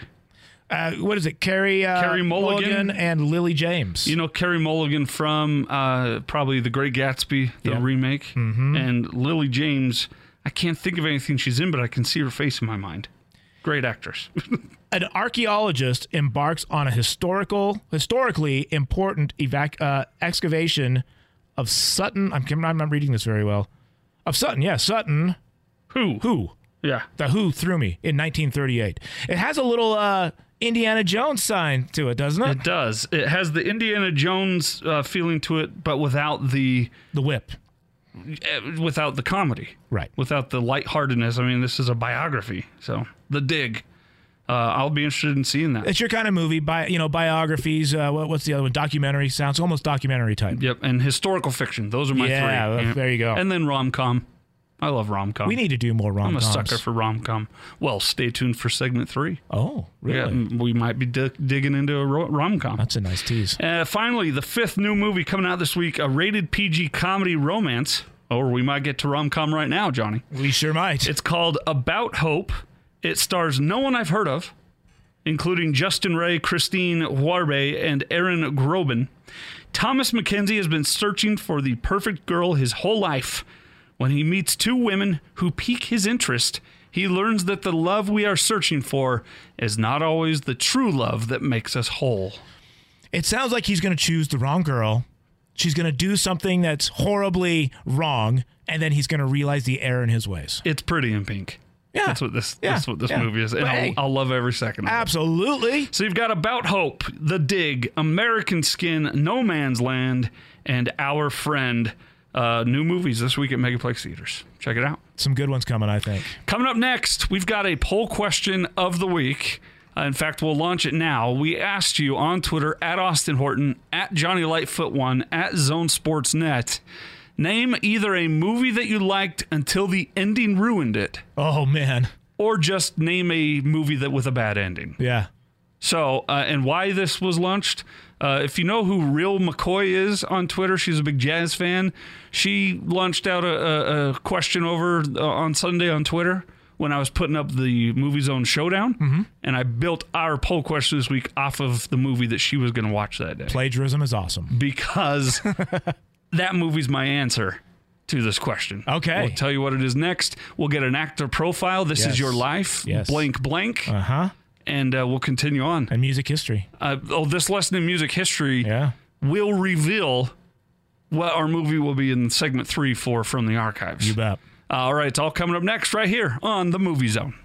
[SPEAKER 3] uh, what is it? Carrie uh,
[SPEAKER 2] Carey Mulligan.
[SPEAKER 3] and Lily James.
[SPEAKER 2] You know Carrie Mulligan from uh, probably The Great Gatsby, the
[SPEAKER 3] Yeah. Mm-hmm.
[SPEAKER 2] remake, and Lily James. I can't think of anything she's in, but I can see her face in my mind. Great actress.
[SPEAKER 3] an archaeologist embarks on a historical, historically important evac- uh, excavation of Sutton. I'm, I'm not reading this very well. Of Sutton, yeah, Sutton.
[SPEAKER 2] Who?
[SPEAKER 3] Who?
[SPEAKER 2] Yeah.
[SPEAKER 3] The Who threw me in 1938. It has a little uh, Indiana Jones sign to it, doesn't it?
[SPEAKER 2] It does. It has the Indiana Jones uh, feeling to it, but without the
[SPEAKER 3] The whip.
[SPEAKER 2] eh, without the comedy,
[SPEAKER 3] Right.
[SPEAKER 2] without the lightheartedness. I mean, this is a biography, so the dig. Uh, I'll be interested in seeing that.
[SPEAKER 3] It's your kind of movie. Bi- you know, biographies. Uh, what, what's the other one? Documentary sounds almost documentary type.
[SPEAKER 2] Yep, and historical fiction. Those are my
[SPEAKER 3] Yeah,
[SPEAKER 2] three.
[SPEAKER 3] well, there you go.
[SPEAKER 2] And then rom com. I love rom com.
[SPEAKER 3] We need to do more rom
[SPEAKER 2] I'm a
[SPEAKER 3] coms.
[SPEAKER 2] sucker for rom com. Well, stay tuned for segment three.
[SPEAKER 3] Oh, really?
[SPEAKER 2] Yeah, we might be dig- digging into a rom com.
[SPEAKER 3] That's a nice tease.
[SPEAKER 2] Uh, finally, the fifth new movie coming out this week a rated PG comedy romance, or we might get to rom com right now, Johnny.
[SPEAKER 3] We sure might.
[SPEAKER 2] It's called About Hope. It stars no one I've heard of, including Justin Ray, Christine Warbe, and Aaron Groban. Thomas McKenzie has been searching for the perfect girl his whole life. When he meets two women who pique his interest, he learns that the love we are searching for is not always the true love that makes us whole.
[SPEAKER 3] It sounds like he's going to choose the wrong girl. She's going to do something that's horribly wrong, and then he's going to realize the error in his ways.
[SPEAKER 2] It's pretty in pink.
[SPEAKER 3] Yeah.
[SPEAKER 2] That's what this
[SPEAKER 3] Yeah.
[SPEAKER 2] that's what this
[SPEAKER 3] Yeah.
[SPEAKER 2] movie is. And
[SPEAKER 3] But hey.
[SPEAKER 2] I'll, I'll love every second of it.
[SPEAKER 3] Absolutely.
[SPEAKER 2] So you've got About Hope, The Dig, American Skin, No Man's Land, and Our Friend. Uh, new movies this week at Megaplex Theaters. Check it out.
[SPEAKER 3] Some good ones coming, I think.
[SPEAKER 2] Coming up next, we've got a poll question of the week. Uh, in fact, we'll launch it now. We asked you on Twitter at Austin Horton, at Johnny Lightfoot1, at Zone Sports Net. Name either a movie that you liked until the ending ruined it,
[SPEAKER 3] Oh, man.
[SPEAKER 2] or just name a movie that with a bad ending.
[SPEAKER 3] Yeah.
[SPEAKER 2] So, uh, and why this was launched. Uh, if you know who Real McCoy is on Twitter, she's a big jazz fan. She launched out a, a, a question over uh, on Sunday on Twitter when I was putting up the Movie Zone Showdown,
[SPEAKER 3] Mm-hmm.
[SPEAKER 2] and I built our poll question this week off of the movie that she was going to watch that day
[SPEAKER 3] Plagiarism is awesome.
[SPEAKER 2] because that movie's my answer to this question.
[SPEAKER 3] Okay.
[SPEAKER 2] We'll tell you what it is next. We'll get an actor profile. This
[SPEAKER 3] Yes.
[SPEAKER 2] is your life.
[SPEAKER 3] Yes.
[SPEAKER 2] Blank, blank.
[SPEAKER 3] Uh huh.
[SPEAKER 2] and uh, we'll continue on.
[SPEAKER 3] And music history.
[SPEAKER 2] Uh, oh, this lesson in music history
[SPEAKER 3] Yeah.
[SPEAKER 2] will reveal what our movie will be in segment three, four from the archives. Uh,
[SPEAKER 3] You bet.
[SPEAKER 2] All right, it's all coming up next right here on the Movie Zone.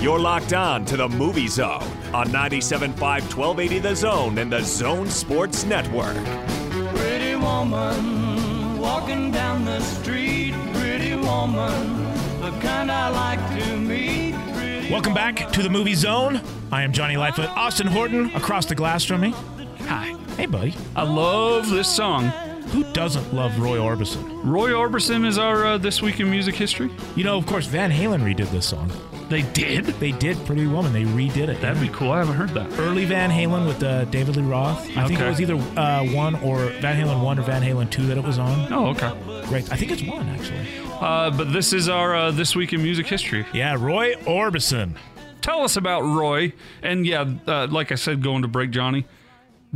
[SPEAKER 1] You're locked on to the Movie Zone on 97.5 1280 The Zone and the Zone Sports Network.
[SPEAKER 4] Pretty woman, walking down the street. Pretty woman, the kind I like to meet. Pretty
[SPEAKER 3] Welcome back to the Movie Zone. I am Johnny Lightfoot. Austin Horton across the glass from me.
[SPEAKER 2] Hi.
[SPEAKER 3] Hey, buddy.
[SPEAKER 2] I love this song.
[SPEAKER 3] Who doesn't love Roy Orbison?
[SPEAKER 2] Roy Orbison is our uh, This Week in Music History.
[SPEAKER 3] You know, of course, Van Halen redid this song.
[SPEAKER 2] They did?
[SPEAKER 3] They did Pretty Woman. They redid it.
[SPEAKER 2] That'd be cool. I haven't heard that.
[SPEAKER 3] early Van Halen with uh, David Lee Roth. I think it
[SPEAKER 2] Okay.
[SPEAKER 3] was either uh, one or Van Halen one or Van Halen two that it was on.
[SPEAKER 2] Oh, okay.
[SPEAKER 3] Great, I think it's one actually.
[SPEAKER 2] Uh, but this is our uh, This Week in Music History.
[SPEAKER 3] Yeah, Roy Orbison.
[SPEAKER 2] tell us about Roy. And yeah, uh, like I said, going to break, Johnny.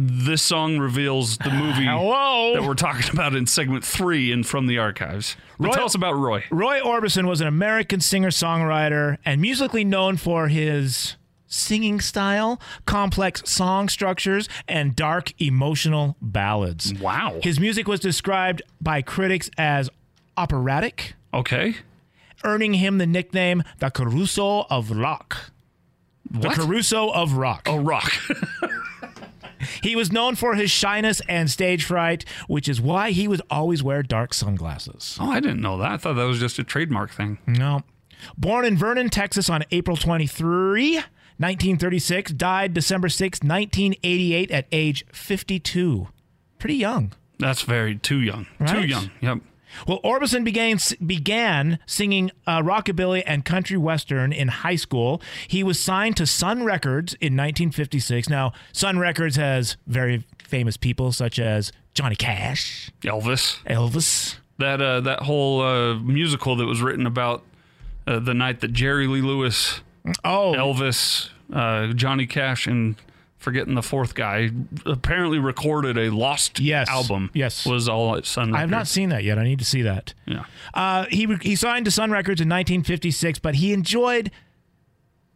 [SPEAKER 2] This song reveals the movie that
[SPEAKER 3] Hello.
[SPEAKER 2] we're talking about in segment three and from the archives. But
[SPEAKER 3] Roy-
[SPEAKER 2] tell us about Roy.
[SPEAKER 3] Roy Orbison was an American singer-songwriter and musically known for his singing style, complex song structures, and dark emotional ballads.
[SPEAKER 2] Wow.
[SPEAKER 3] His music was described by critics as operatic,
[SPEAKER 2] Okay.
[SPEAKER 3] earning him the nickname the Caruso of Rock.
[SPEAKER 2] What? Oh.
[SPEAKER 3] The Caruso of Rock.
[SPEAKER 2] A rock.
[SPEAKER 3] He was known for his shyness and stage fright, which is why he would always wear dark sunglasses.
[SPEAKER 2] oh, I didn't know that. I thought that was just a trademark thing.
[SPEAKER 3] No. Born in Vernon, Texas on April 23, 1936, died December 6, 1988 at age 52. Pretty young.
[SPEAKER 2] That's very too young. Too
[SPEAKER 3] Right.
[SPEAKER 2] young. Yep.
[SPEAKER 3] Well, Orbison began began singing uh, rockabilly and country western in high school. He was signed to Sun Records in 1956. Now, Sun Records has very famous people such as Johnny Cash,
[SPEAKER 2] Elvis.
[SPEAKER 3] Elvis,
[SPEAKER 2] That uh, that whole uh, musical that was written about uh, the night that Jerry Lee Lewis,
[SPEAKER 3] Oh,
[SPEAKER 2] Elvis, uh, Johnny Cash, and forgetting the fourth guy apparently recorded a lost
[SPEAKER 3] Yes.
[SPEAKER 2] album.
[SPEAKER 3] Yes.
[SPEAKER 2] was all at Sun.
[SPEAKER 3] I have not
[SPEAKER 2] Records.
[SPEAKER 3] seen that yet. I need to see that.
[SPEAKER 2] Yeah.
[SPEAKER 3] Uh, he he signed to Sun Records in 1956, but he enjoyed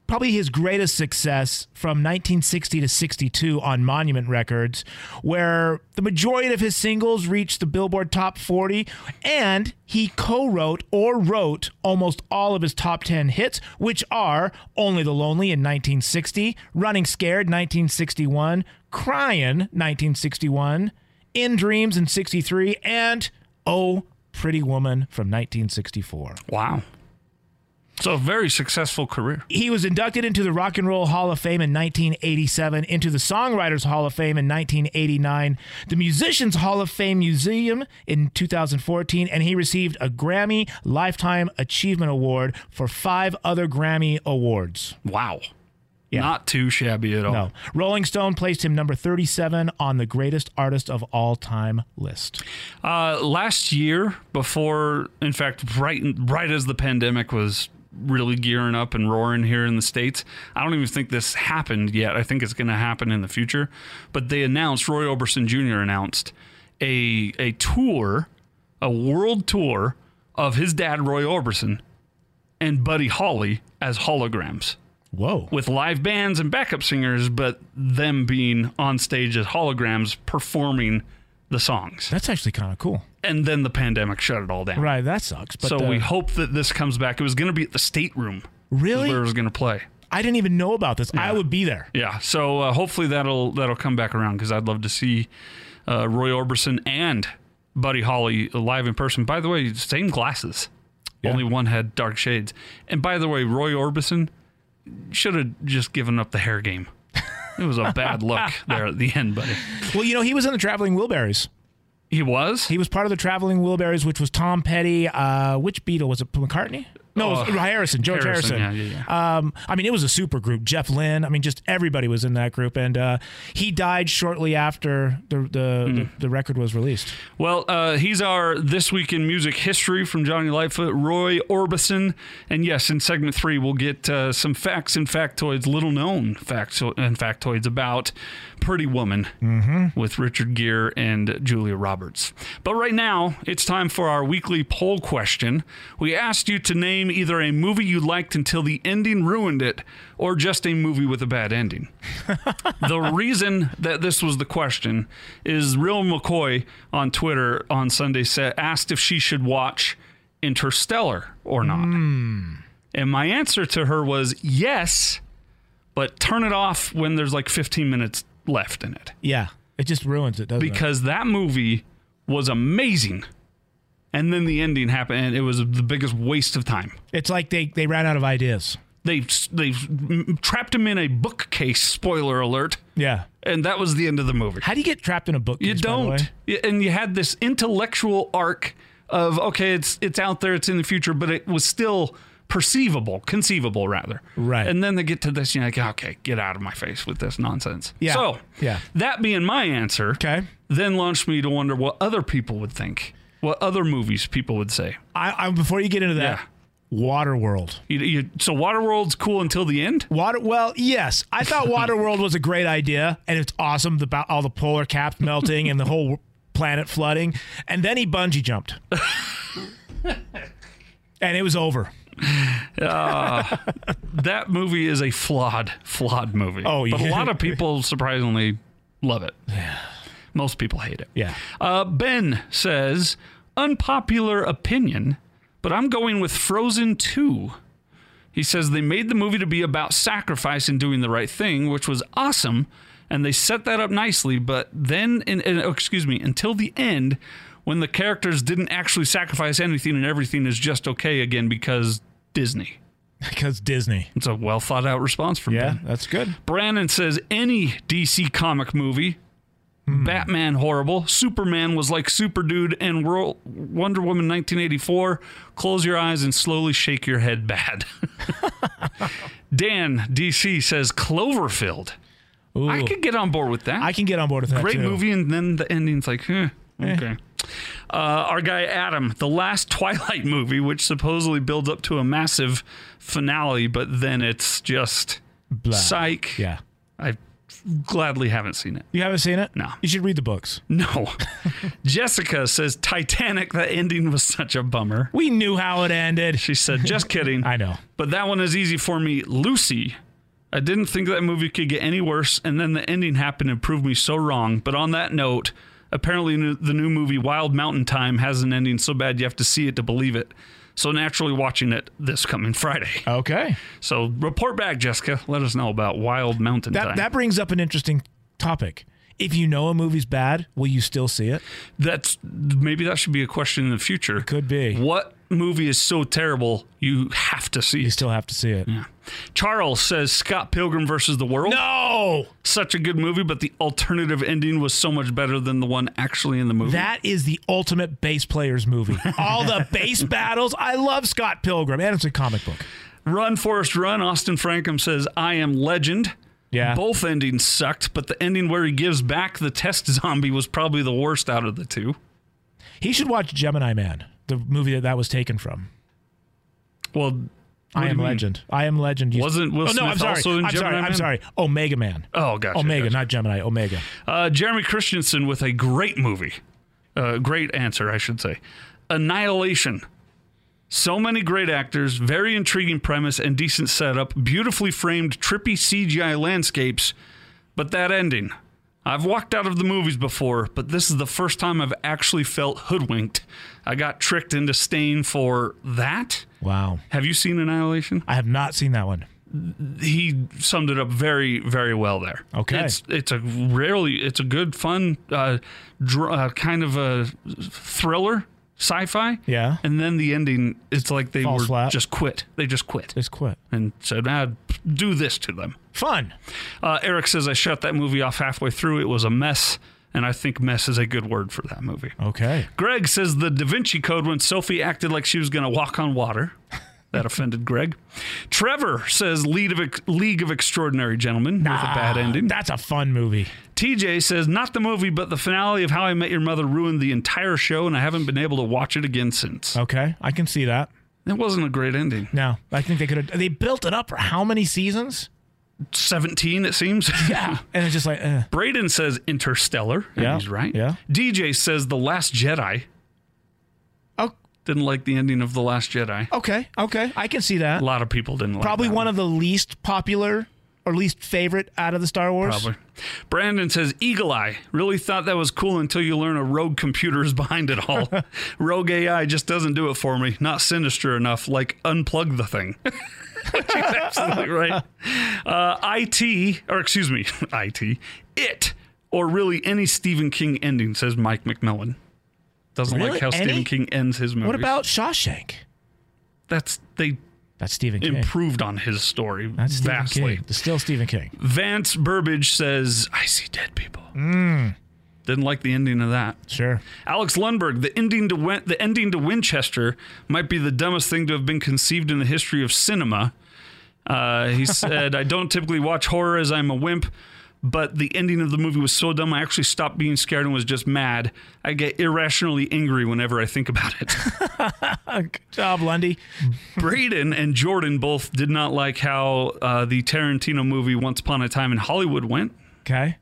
[SPEAKER 3] probably his greatest success from 1960 to 62 on Monument Records, where the majority of his singles reached the Billboard Top 40, and he co-wrote or wrote almost all of his top 10 hits, which are Only the Lonely in 1960, Running Scared 1961, Crying 1961, In Dreams in 63, and Oh Pretty Woman from 1964.
[SPEAKER 2] Wow. So a very successful career.
[SPEAKER 3] He was inducted into the Rock and Roll Hall of Fame in 1987, into the Songwriters Hall of Fame in 1989, the Musicians Hall of Fame Museum in 2014, and he received a Grammy Lifetime Achievement Award for five other Grammy Awards.
[SPEAKER 2] Wow.
[SPEAKER 3] Yeah.
[SPEAKER 2] Not too shabby at all.
[SPEAKER 3] No. Rolling Stone placed him number 37 on the Greatest Artist of All Time list.
[SPEAKER 2] Uh, last year, before, in fact, right right as the pandemic was really gearing up and roaring here in the states, I don't even think this happened yet. I think it's going to happen in the future. But they announced Roy Orbison Jr. announced a a tour, a world tour of his dad Roy Orbison and Buddy Holly as holograms.
[SPEAKER 3] Whoa.
[SPEAKER 2] with live bands and backup singers, but them being on stage as holograms performing the songs.
[SPEAKER 3] That's actually kind of cool.
[SPEAKER 2] And then the pandemic shut it all down.
[SPEAKER 3] Right. That sucks. But
[SPEAKER 2] so
[SPEAKER 3] uh,
[SPEAKER 2] we hope that this comes back. It was going to be at the stateroom
[SPEAKER 3] really?
[SPEAKER 2] where it was going to play.
[SPEAKER 3] I didn't even know about this. I would be there.
[SPEAKER 2] Yeah. So uh, hopefully that'll that'll come back around because I'd love to see uh, Roy Orbison and Buddy Holly live in person. By the way, same glasses. Only one had dark shades. And by the way, Roy Orbison should have just given up the hair game. It was a bad look there at the end, buddy.
[SPEAKER 3] Well, you know, he was in the Traveling Wilburys.
[SPEAKER 2] He was.
[SPEAKER 3] He was part of the Traveling Wilburys, which was Tom Petty. Uh, which Beatle was it? McCartney? No, it
[SPEAKER 2] Oh,
[SPEAKER 3] was Harrison, George Harrison.
[SPEAKER 2] Harrison, yeah, yeah,
[SPEAKER 3] Um, I mean, it was a super group. Jeff Lynne. I mean, just everybody was in that group, and uh, he died shortly after the the,
[SPEAKER 2] Hmm.
[SPEAKER 3] the the record was released.
[SPEAKER 2] Well, uh, he's our This Week in Music History from Johnny Lightfoot, Roy Orbison. And yes, in segment three, we'll get uh, some facts and factoids, little known facts and factoids about Pretty Woman with Richard Gere and Julia Roberts. But right now, it's time for our weekly poll question. We asked you to name either a movie you liked until the ending ruined it or just a movie with a bad ending the reason that this was the question is Real McCoy on Twitter on Sunday said asked if she should watch Interstellar or not. And my answer to her was yes, but turn it off when there's like 15 minutes left in it
[SPEAKER 3] Yeah, it just ruins it, doesn't it?
[SPEAKER 2] because that movie was amazing. And then the ending happened and it was the biggest waste of time.
[SPEAKER 3] It's like they they ran out of ideas.
[SPEAKER 2] They they trapped him in a bookcase, spoiler alert,
[SPEAKER 3] Yeah.
[SPEAKER 2] and that was the end of the movie.
[SPEAKER 3] How do you get trapped in a book?
[SPEAKER 2] You don't. Y- And you had this intellectual arc of okay, it's it's out there, it's in the future, but it was still perceivable, conceivable rather.
[SPEAKER 3] Right.
[SPEAKER 2] And then they get to this, you're like, okay, get out of my face with this nonsense.
[SPEAKER 3] Yeah.
[SPEAKER 2] So
[SPEAKER 3] Yeah.
[SPEAKER 2] that being my answer,
[SPEAKER 3] Okay.
[SPEAKER 2] then launched me to wonder what other people would think, what other movies people would say.
[SPEAKER 3] I, I before you get into that, Waterworld.
[SPEAKER 2] You, you, so Waterworld's cool until the end.
[SPEAKER 3] Water. Well, yes, I thought Waterworld was a great idea, and it's awesome about all the polar caps melting and the whole planet flooding. And then he bungee jumped, and it was over.
[SPEAKER 2] That movie is a flawed, flawed movie.
[SPEAKER 3] Oh,
[SPEAKER 2] But a
[SPEAKER 3] yeah.
[SPEAKER 2] lot of people surprisingly love it. Yeah. Most people hate it.
[SPEAKER 3] Yeah.
[SPEAKER 2] Uh, ben says, unpopular opinion, but I'm going with Frozen 2. He says they made the movie to be about sacrifice and doing the right thing, which was awesome, and they set that up nicely. But then, in, in- oh, excuse me, until the end, when the characters didn't actually sacrifice anything and everything is just okay again because Disney.
[SPEAKER 3] Because Disney.
[SPEAKER 2] It's a well thought out response from Ben.
[SPEAKER 3] that's good.
[SPEAKER 2] Brandon says any DC comic movie.
[SPEAKER 3] Hmm.
[SPEAKER 2] Batman horrible. Superman was like Super Dude and World Wonder Woman 1984. Close your eyes and slowly shake your head bad. Dan DC says Cloverfield.
[SPEAKER 3] Ooh.
[SPEAKER 2] I could get on board with that.
[SPEAKER 3] I can get on board with that.
[SPEAKER 2] Great
[SPEAKER 3] too.
[SPEAKER 2] movie, and then the ending's like, eh, okay. Uh, our guy Adam, the last Twilight movie, which supposedly builds up to a massive finale, but then it's just
[SPEAKER 3] Blah.
[SPEAKER 2] psych.
[SPEAKER 3] Yeah.
[SPEAKER 2] I gladly haven't seen it.
[SPEAKER 3] You haven't seen it?
[SPEAKER 2] No.
[SPEAKER 3] You should read the books.
[SPEAKER 2] No. Jessica says Titanic, the ending was such a bummer.
[SPEAKER 3] We knew how it ended.
[SPEAKER 2] She said, just kidding.
[SPEAKER 3] I know.
[SPEAKER 2] But that one is easy for me. Lucy. I didn't think that movie could get any worse, and then the ending happened and proved me so wrong. But on that note, apparently n- the new movie Wild Mountain Time has an ending so bad you have to see it to believe it. So naturally, watching it this coming Friday.
[SPEAKER 3] Okay.
[SPEAKER 2] So report back, Jessica. Let us know about Wild Mountain
[SPEAKER 3] That
[SPEAKER 2] Time.
[SPEAKER 3] that brings up an interesting topic. If you know a movie's bad, will you still see it?
[SPEAKER 2] That's maybe that should be a question in the future.
[SPEAKER 3] could be.
[SPEAKER 2] What movie is so terrible you have to see?
[SPEAKER 3] You
[SPEAKER 2] it?
[SPEAKER 3] still have to see it.
[SPEAKER 2] Charles says Scott Pilgrim versus the World.
[SPEAKER 3] No.
[SPEAKER 2] Such a good movie, but the alternative ending was so much better than the one actually in the movie.
[SPEAKER 3] That is the ultimate bass players movie. All the bass battles. I love Scott Pilgrim, and it's a comic book.
[SPEAKER 2] Run Forrest Run. Austin Frankum says I am Legend.
[SPEAKER 3] Yeah.
[SPEAKER 2] Both endings sucked, but the ending where he gives back the test zombie was probably the worst out of the two.
[SPEAKER 3] He should watch Gemini Man, the movie that that was taken from.
[SPEAKER 2] Well, what do
[SPEAKER 3] I
[SPEAKER 2] you
[SPEAKER 3] Am
[SPEAKER 2] mean?
[SPEAKER 3] Legend. I Am Legend. You-
[SPEAKER 2] Wasn't Will
[SPEAKER 3] oh, no,
[SPEAKER 2] Smith
[SPEAKER 3] I'm sorry.
[SPEAKER 2] also in
[SPEAKER 3] I'm sorry.
[SPEAKER 2] Gemini
[SPEAKER 3] I'm
[SPEAKER 2] Man?
[SPEAKER 3] sorry. Omega Man.
[SPEAKER 2] Oh, gotcha.
[SPEAKER 3] Omega,
[SPEAKER 2] gotcha.
[SPEAKER 3] not Gemini. Omega.
[SPEAKER 2] Uh, Jeremy Christensen with a great movie. Uh, great answer, I should say. Annihilation. So many great actors, very intriguing premise and decent setup, beautifully framed, trippy CGI landscapes, but that ending. I've walked out of the movies before, but this is the first time I've actually felt hoodwinked. I got tricked into staying for that.
[SPEAKER 3] Wow.
[SPEAKER 2] Have you seen Annihilation?
[SPEAKER 3] I have not seen that one.
[SPEAKER 2] he summed it up very very well there.
[SPEAKER 3] Okay.
[SPEAKER 2] it's it's a really it's a good fun uh, dr- uh kind of a thriller sci-fi.
[SPEAKER 3] Yeah.
[SPEAKER 2] and then the ending it's like they
[SPEAKER 3] Falls
[SPEAKER 2] were
[SPEAKER 3] flat.
[SPEAKER 2] just quit. They just quit
[SPEAKER 3] Just quit.
[SPEAKER 2] and said, ah, "Do this to them."
[SPEAKER 3] Fun.
[SPEAKER 2] Uh, Eric says, "I shut that movie off halfway through. It was a mess." And I think mess is a good word for that movie.
[SPEAKER 3] Okay.
[SPEAKER 2] Greg says the Da Vinci Code when Sophie acted like she was going to walk on water. That offended Greg. Trevor says League of, Ex- League of Extraordinary Gentlemen with a bad ending.
[SPEAKER 3] That's a fun movie.
[SPEAKER 2] TJ says, not the movie, but the finale of How I Met Your Mother ruined the entire show, and I haven't been able to watch it again since.
[SPEAKER 3] Okay, I can see that.
[SPEAKER 2] It wasn't a great ending.
[SPEAKER 3] No, I think they could have. They built it up for how many seasons?
[SPEAKER 2] 17, it seems.
[SPEAKER 3] Yeah, and it's just like, eh.
[SPEAKER 2] Braden says Interstellar. and
[SPEAKER 3] Yeah,
[SPEAKER 2] He's right.
[SPEAKER 3] yeah.
[SPEAKER 2] DJ says The Last Jedi.
[SPEAKER 3] oh,
[SPEAKER 2] Didn't like the ending of The Last Jedi.
[SPEAKER 3] okay, okay, I can see that.
[SPEAKER 2] A lot of people didn't like
[SPEAKER 3] Probably
[SPEAKER 2] that
[SPEAKER 3] one of the least popular or least favorite out of the Star Wars.
[SPEAKER 2] Probably. Brandon says, Eagle Eye. Really thought that was cool until you learn a rogue computer is behind it all. rogue AI just doesn't do it for me. Not sinister enough. Like, unplug the thing. Which is absolutely right. Uh, IT, or excuse me, IT, it, or really any Stephen King ending, says Mike McMillan. Doesn't
[SPEAKER 3] Really?
[SPEAKER 2] like how
[SPEAKER 3] Any?
[SPEAKER 2] Stephen King ends his movies.
[SPEAKER 3] What about Shawshank?
[SPEAKER 2] That's, they
[SPEAKER 3] That's Stephen King.
[SPEAKER 2] improved on his story
[SPEAKER 3] That's Stephen
[SPEAKER 2] vastly.
[SPEAKER 3] King. It's still Stephen King.
[SPEAKER 2] Vance Burbage says, I see dead people. Didn't like the ending of that.
[SPEAKER 3] Sure.
[SPEAKER 2] Alex Lundberg, the ending to Win- the ending to Winchester might be the dumbest thing to have been conceived in the history of cinema. Uh, he said, "I don't typically watch horror as I'm a wimp, but the ending of the movie was so dumb I actually stopped being scared and was just mad. I get irrationally angry whenever I think about it."
[SPEAKER 3] Uh, good job, Lundy.
[SPEAKER 2] Braden and Jordan both did not like how uh, the Tarantino movie Once Upon a Time in Hollywood went.
[SPEAKER 3] Okay.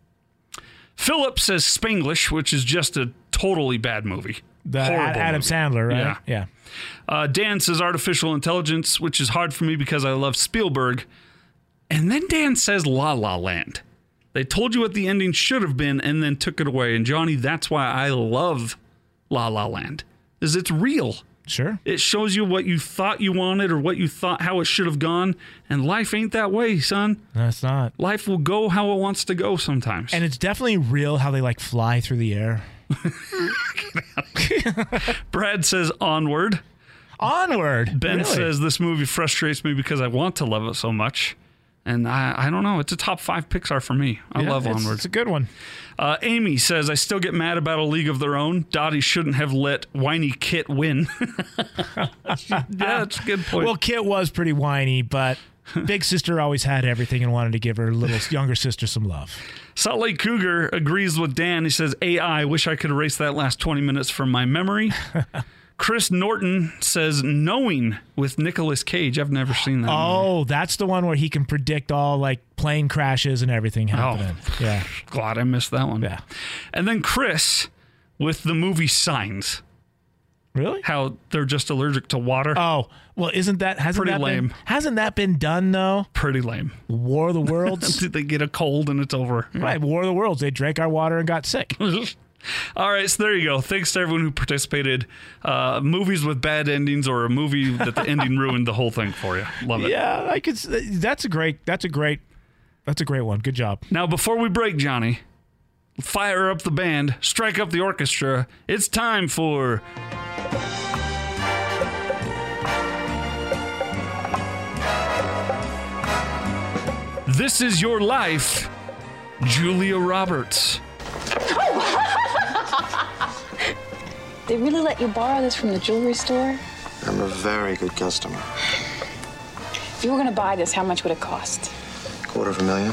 [SPEAKER 2] Philip says Spanglish, which is just a totally bad movie.
[SPEAKER 3] The
[SPEAKER 2] Horrible
[SPEAKER 3] Adam
[SPEAKER 2] movie.
[SPEAKER 3] Sandler, right?
[SPEAKER 2] Yeah.
[SPEAKER 3] Yeah.
[SPEAKER 2] Uh, Dan says artificial intelligence, which is hard for me because I love Spielberg. And then Dan says La La Land. They told you what the ending should have been and then took it away. And Johnny, that's why I love La La Land, is it's real.
[SPEAKER 3] Sure.
[SPEAKER 2] It shows you what you thought you wanted or what you thought how it should have gone. And life ain't that way, son.
[SPEAKER 3] No, it's not.
[SPEAKER 2] Life will go how it wants to go sometimes.
[SPEAKER 3] And it's definitely real how they like fly through the air.
[SPEAKER 2] Brad says onward.
[SPEAKER 3] Onward.
[SPEAKER 2] Ben
[SPEAKER 3] Really?
[SPEAKER 2] says this movie frustrates me because I want to love it so much. And I, I don't know. It's a top five Pixar for me. I
[SPEAKER 3] Yeah,
[SPEAKER 2] love
[SPEAKER 3] it's-
[SPEAKER 2] Onward.
[SPEAKER 3] It's a good one.
[SPEAKER 2] Uh, Amy says, I still get mad about A League of Their Own. Dottie shouldn't have let whiny Kit win. yeah, that's a good point.
[SPEAKER 3] Well, Kit was pretty whiny, but Big Sister always had everything and wanted to give her little younger sister some love.
[SPEAKER 2] Salt Lake Cougar agrees with Dan. He says, AI, wish I could erase that last 20 minutes from my memory. Chris Norton says, Knowing with Nicolas Cage. I've never seen that.
[SPEAKER 3] Oh, that's the one where he can predict all like plane crashes and everything
[SPEAKER 2] Oh.
[SPEAKER 3] happening. Yeah.
[SPEAKER 2] Glad I missed that one.
[SPEAKER 3] Yeah.
[SPEAKER 2] And then Chris with the movie Signs,
[SPEAKER 3] Really?
[SPEAKER 2] how they're just allergic to water.
[SPEAKER 3] Oh, well, isn't that hasn't
[SPEAKER 2] Pretty
[SPEAKER 3] that
[SPEAKER 2] lame.
[SPEAKER 3] Been, hasn't that been done though?
[SPEAKER 2] Pretty lame.
[SPEAKER 3] War of the Worlds.
[SPEAKER 2] Did they get a cold and it's over?
[SPEAKER 3] right, War of the Worlds. They drank our water and got sick.
[SPEAKER 2] All right, so there you go. Thanks to everyone who participated. Uh, movies with bad endings or a movie that the ending ruined the whole thing for you. Love it.
[SPEAKER 3] yeah, I could. s- That's a great. That's a great. That's a great one. Good job.
[SPEAKER 2] Now, before we break, Johnny, fire up the band, strike up the orchestra. It's time for. This is your life, Julia Roberts.
[SPEAKER 5] They really let you borrow this from the jewelry store?
[SPEAKER 6] I'm a very good customer.
[SPEAKER 5] If you were gonna buy this, how much would it cost?
[SPEAKER 6] Quarter of a million?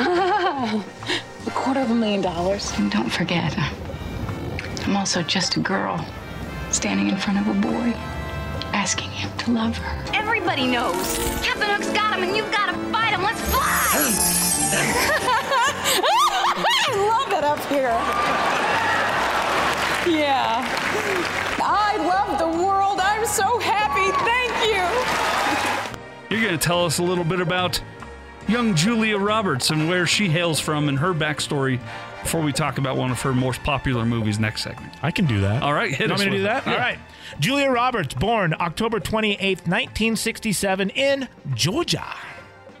[SPEAKER 5] A quarter of a million dollars?
[SPEAKER 7] And don't forget, uh, I'm also just a girl standing in front of a boy, asking him to love her.
[SPEAKER 8] Everybody knows. Captain Hook's got him, and you've got to fight him. Let's fly!
[SPEAKER 5] I love it up here. Yeah. I love the world. I'm so happy. Thank you.
[SPEAKER 2] You're going to tell us a little bit about young Julia Roberts and where she hails from and her backstory before we talk about one of her most popular movies next segment.
[SPEAKER 3] I can do that.
[SPEAKER 2] All right, hit
[SPEAKER 3] you
[SPEAKER 2] us
[SPEAKER 3] want me to
[SPEAKER 2] with
[SPEAKER 3] do
[SPEAKER 2] it.
[SPEAKER 3] that? All
[SPEAKER 2] Yeah.
[SPEAKER 3] right. Julia Roberts, born October 28th, 1967, in Georgia.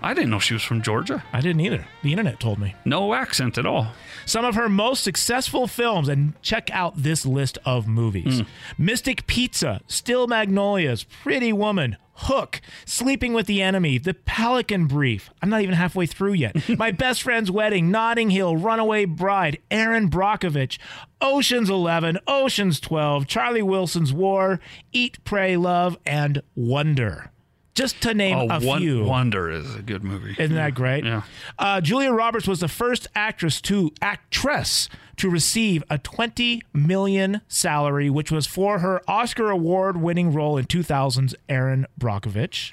[SPEAKER 2] I didn't know she was from Georgia.
[SPEAKER 3] I didn't either. The internet told me.
[SPEAKER 2] No accent at all.
[SPEAKER 3] Some of her most successful films, and check out this list of
[SPEAKER 2] Hmm.
[SPEAKER 3] movies Mystic Pizza, Still Magnolias, Pretty Woman, Hook, Sleeping with the Enemy, The Pelican Brief. I'm not even halfway through yet. My Best Friend's Wedding, Notting Hill, Runaway Bride, Aaron Brockovich, Ocean's 11, Ocean's 12, Charlie Wilson's War, Eat, Pray, Love, and Wonder. just to name
[SPEAKER 2] Oh,
[SPEAKER 3] a
[SPEAKER 2] Won-
[SPEAKER 3] few.
[SPEAKER 2] Wonder is a good movie.
[SPEAKER 3] Isn't that great?
[SPEAKER 2] Yeah.
[SPEAKER 3] Uh, Julia Roberts was the first actress to actress to receive a 20 million salary, which was for her Oscar award-winning role in 2000's Aaron Brockovich.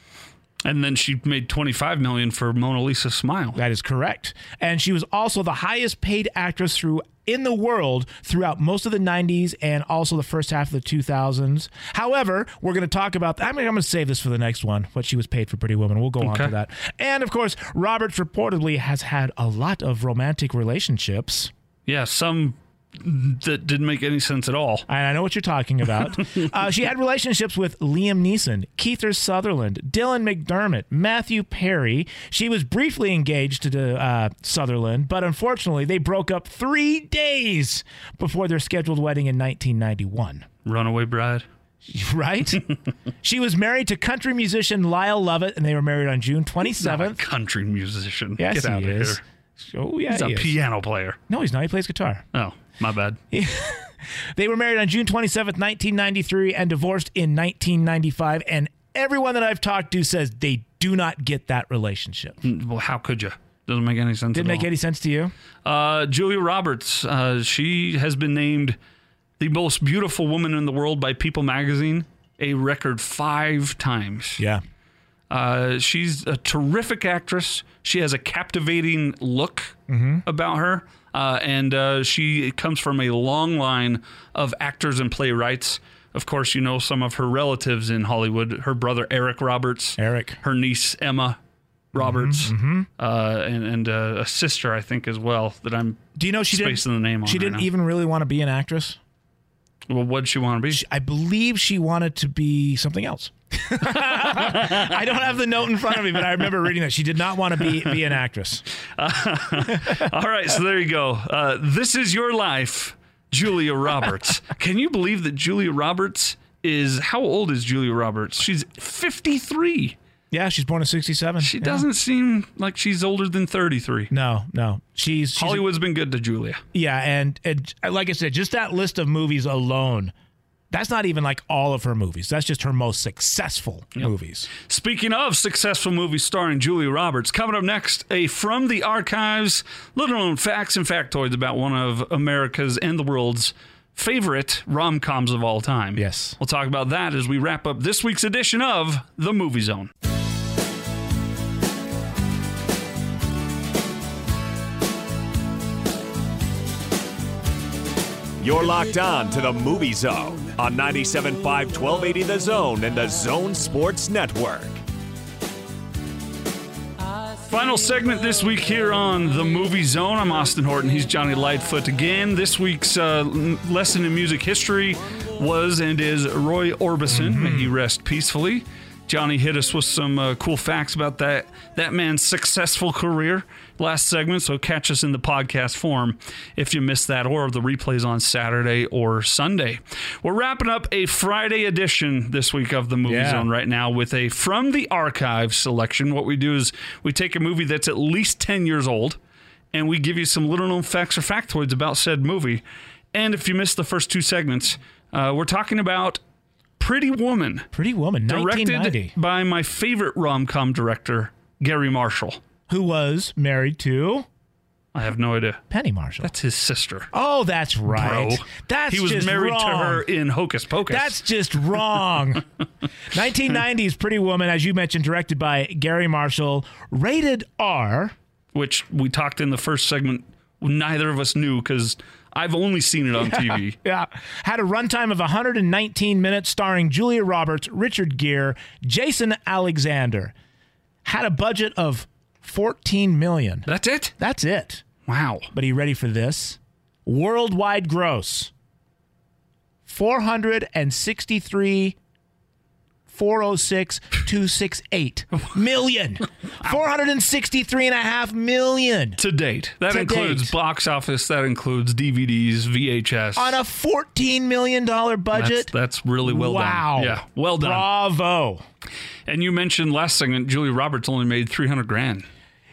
[SPEAKER 2] And then she made 25 million for Mona Lisa Smile.
[SPEAKER 3] That is correct. And she was also the highest paid actress through in the world throughout most of the 90s and also the first half of the 2000s. However, we're going to talk about I mean, I'm going to save this for the next one, what she was paid for Pretty Woman. We'll go on
[SPEAKER 2] Okay.
[SPEAKER 3] to that. And of course, Roberts reportedly has had a lot of romantic relationships.
[SPEAKER 2] yeah, some that didn't make any sense at all.
[SPEAKER 3] And I know what you're talking about. uh, she had relationships with Liam Neeson, Keither Sutherland, Dylan McDermott, Matthew Perry. She was briefly engaged to uh, Sutherland, but unfortunately, they broke up three days before their scheduled wedding in 1991.
[SPEAKER 2] Runaway Bride.
[SPEAKER 3] Right? she was married to country musician Lyle Lovett, and they were married on June
[SPEAKER 2] Not a
[SPEAKER 3] 27th.
[SPEAKER 2] country musician.
[SPEAKER 3] Yes,
[SPEAKER 2] Get out
[SPEAKER 3] he
[SPEAKER 2] of
[SPEAKER 3] is.
[SPEAKER 2] here.
[SPEAKER 3] Oh, yeah,
[SPEAKER 2] He's a
[SPEAKER 3] he is.
[SPEAKER 2] piano player.
[SPEAKER 3] No, he's not. He plays guitar.
[SPEAKER 2] Oh, my bad.
[SPEAKER 3] They were married on June 27th, 1993, and divorced in 1995. And everyone that I've talked to says they do not get that relationship. Didn't
[SPEAKER 2] Well, how could you? Doesn't make any sense. at
[SPEAKER 3] make
[SPEAKER 2] all.
[SPEAKER 3] any sense to you?
[SPEAKER 2] Uh, Julia Roberts. Uh, she has been named the most beautiful woman in the world by People Magazine a record five times.
[SPEAKER 3] Yeah.
[SPEAKER 2] Uh, she's a terrific actress. She has a captivating look
[SPEAKER 3] Mm-hmm.
[SPEAKER 2] about her. Uh, and uh, she comes from a long line of actors and playwrights. Of course, you know some of her relatives in Hollywood her brother, Eric Roberts,
[SPEAKER 3] Eric. Mm-hmm,
[SPEAKER 2] her niece, Emma Roberts, Uh, and, and uh, a sister, I think, as well, that I'm
[SPEAKER 3] Do you know she
[SPEAKER 2] spacing
[SPEAKER 3] didn't?
[SPEAKER 2] the name on.
[SPEAKER 3] she
[SPEAKER 2] right
[SPEAKER 3] didn't
[SPEAKER 2] now.
[SPEAKER 3] even really want to be an actress.
[SPEAKER 2] Well, what'd she want to be?
[SPEAKER 3] I believe she wanted to be something else. I don't have the note in front of me, but I remember reading that she did not want to be be an actress.
[SPEAKER 2] All right, so there you go. Uh, this is your life, Julia Roberts. Can you believe that Julia Roberts is how old is Julia Roberts? She's 53.
[SPEAKER 3] Yeah, she's born in '67.
[SPEAKER 2] She doesn't seem like she's older than 33.
[SPEAKER 3] No, no, she's, she's
[SPEAKER 2] Hollywood's been good to Julia.
[SPEAKER 3] Yeah, and, and like I said, just that list of movies alone, that's not even like all of her movies. That's just her most successful movies.
[SPEAKER 2] Speaking of successful movies starring Julia Roberts, coming up next, a From the Archives, little known facts and factoids about one of America's and the world's favorite rom coms of all time.
[SPEAKER 3] Yes.
[SPEAKER 2] We'll talk about that as we wrap up this week's edition of The Movie Zone.
[SPEAKER 1] You're locked on to the Movie Zone on 97.5 1280 The Zone and the Zone Sports Network.
[SPEAKER 2] Final segment this week here on the Movie Zone. I'm Austin Horton. He's Johnny Lightfoot again. This week's uh, l- lesson in music history was and is Roy Orbison. May he rest peacefully. Johnny hit us with some uh, cool facts about that that man's successful career last segment. So catch us in the podcast form if you missed that, or the replays on Saturday or Sunday. We're wrapping up a Friday edition this week of the Movie
[SPEAKER 3] Yeah.
[SPEAKER 2] Zone right now with a from the archive selection. What we do is we take a movie that's at least 10 years old and we give you some little known facts or factoids about said movie. And if you missed the first two segments, uh, we're talking about Pretty Woman,
[SPEAKER 3] Pretty Woman,
[SPEAKER 2] directed
[SPEAKER 3] 1990,
[SPEAKER 2] by my favorite rom com director, Gary Marshall.
[SPEAKER 3] who was married to
[SPEAKER 2] I have no idea.
[SPEAKER 3] Penny Marshall.
[SPEAKER 2] That's his sister.
[SPEAKER 3] oh, that's
[SPEAKER 2] Bro.
[SPEAKER 3] right. That's
[SPEAKER 2] he was
[SPEAKER 3] just
[SPEAKER 2] married
[SPEAKER 3] wrong.
[SPEAKER 2] to her in Hocus Pocus.
[SPEAKER 3] That's just wrong. 1990's Pretty Woman, as you mentioned, directed by Gary Marshall, rated R.
[SPEAKER 2] which we talked in the first segment. Neither of us knew because I've only seen it on TV.
[SPEAKER 3] Yeah. Had a runtime of 119 minutes, starring Julia Roberts, Richard Gere, Jason Alexander. Had a budget of 14 million.
[SPEAKER 2] That's it.
[SPEAKER 3] That's it.
[SPEAKER 2] Wow.
[SPEAKER 3] But are you ready for this? Worldwide gross 463 406 268 million. 463 and a half million
[SPEAKER 2] To date, that
[SPEAKER 3] To
[SPEAKER 2] includes
[SPEAKER 3] date.
[SPEAKER 2] box office. That includes DVDs, VHS.
[SPEAKER 3] on a 14 million dollar budget.
[SPEAKER 2] That's, that's really well
[SPEAKER 3] wow.
[SPEAKER 2] done. Yeah, well done.
[SPEAKER 3] Bravo.
[SPEAKER 2] And you mentioned last segment, Julia Roberts only made three hundred grand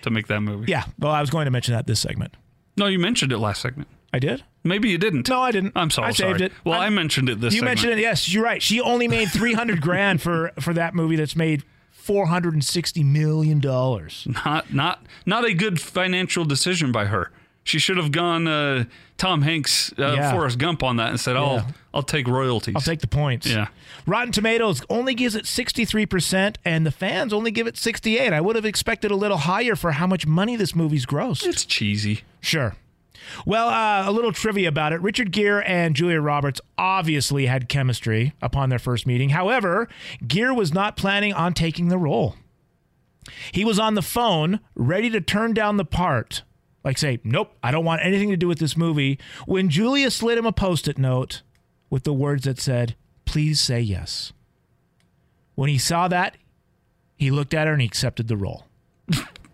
[SPEAKER 2] to make that movie.
[SPEAKER 3] Yeah. Well, I was going to mention that this segment.
[SPEAKER 2] No, you mentioned it last segment.
[SPEAKER 3] I did.
[SPEAKER 2] Maybe you didn't.
[SPEAKER 3] No, I didn't.
[SPEAKER 2] I'm sorry.
[SPEAKER 3] I saved
[SPEAKER 2] sorry.
[SPEAKER 3] it.
[SPEAKER 2] Well, i
[SPEAKER 3] I'm-
[SPEAKER 2] mentioned it this.
[SPEAKER 3] you mentioned it. Yes, you're right. She only made three hundred grand for for that movie that's made $460 million. Well,
[SPEAKER 2] Not not not a good financial decision by her. She should have gone uh, Tom Hanks, uh,
[SPEAKER 3] Yeah.
[SPEAKER 2] Forrest Gump on that and said, "I'll
[SPEAKER 3] Yeah.
[SPEAKER 2] I'll take royalties."
[SPEAKER 3] I'll take the points.
[SPEAKER 2] Yeah.
[SPEAKER 3] Rotten Tomatoes only gives it 63%, and the fans only give it 68 I would have expected a little higher for how much money this movie's grossed.
[SPEAKER 2] it's cheesy.
[SPEAKER 3] Sure. Well, uh, a little trivia about it. Richard Gere and Julia Roberts obviously had chemistry upon their first meeting. However, Gere was not planning on taking the role. He was on the phone, ready to turn down the part, like say, nope, I don't want anything to do with this movie, when Julia slid him a post it note with the words that said, please say yes. When he saw that, he looked at her and he accepted the role.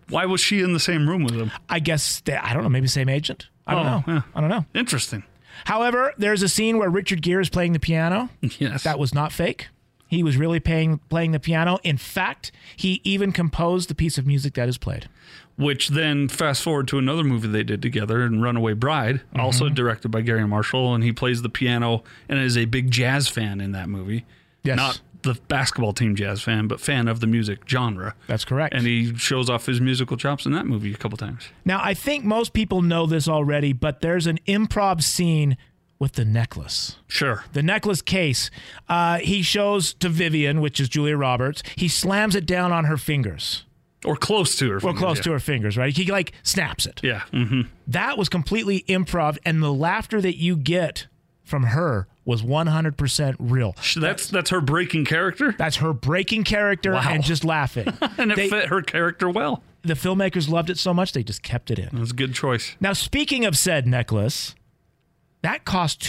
[SPEAKER 2] Why was she in the same room with him?
[SPEAKER 3] I guess, they, I don't know, maybe same agent? I don't
[SPEAKER 2] Oh,
[SPEAKER 3] know.
[SPEAKER 2] yeah.
[SPEAKER 3] I don't know.
[SPEAKER 2] Interesting.
[SPEAKER 3] However, there's a scene where Richard Gere is playing the piano.
[SPEAKER 2] Yes.
[SPEAKER 3] That was not fake. He was really paying, playing the piano. In fact, he even composed the piece of music that is played.
[SPEAKER 2] Which then fast forward to another movie they did together and Runaway Bride, also
[SPEAKER 3] Mm-hmm.
[SPEAKER 2] directed by Gary Marshall, and he plays the piano and is a big jazz fan in that movie.
[SPEAKER 3] Yes.
[SPEAKER 2] Not the basketball team jazz fan, but fan of the music genre.
[SPEAKER 3] That's correct.
[SPEAKER 2] and he shows off his musical chops in that movie a couple times.
[SPEAKER 3] now, I think most people know this already, but there's an improv scene with the necklace.
[SPEAKER 2] Sure.
[SPEAKER 3] The necklace case uh, he shows to Vivian, which is Julia Roberts. He slams it down on her fingers.
[SPEAKER 2] Or close to her.
[SPEAKER 3] Well, close to her fingers, right? He like snaps it.
[SPEAKER 2] Yeah. hmm
[SPEAKER 3] That was completely improv, and the laughter that you get from her was 100% real.
[SPEAKER 2] That's that's her breaking character,
[SPEAKER 3] That's her breaking character
[SPEAKER 2] Wow.
[SPEAKER 3] and just laughing.
[SPEAKER 2] and it
[SPEAKER 3] They-
[SPEAKER 2] fit her character well.
[SPEAKER 3] the filmmakers loved it so much, they just kept it in.
[SPEAKER 2] That's a good choice.
[SPEAKER 3] Now, speaking of said necklace, that cost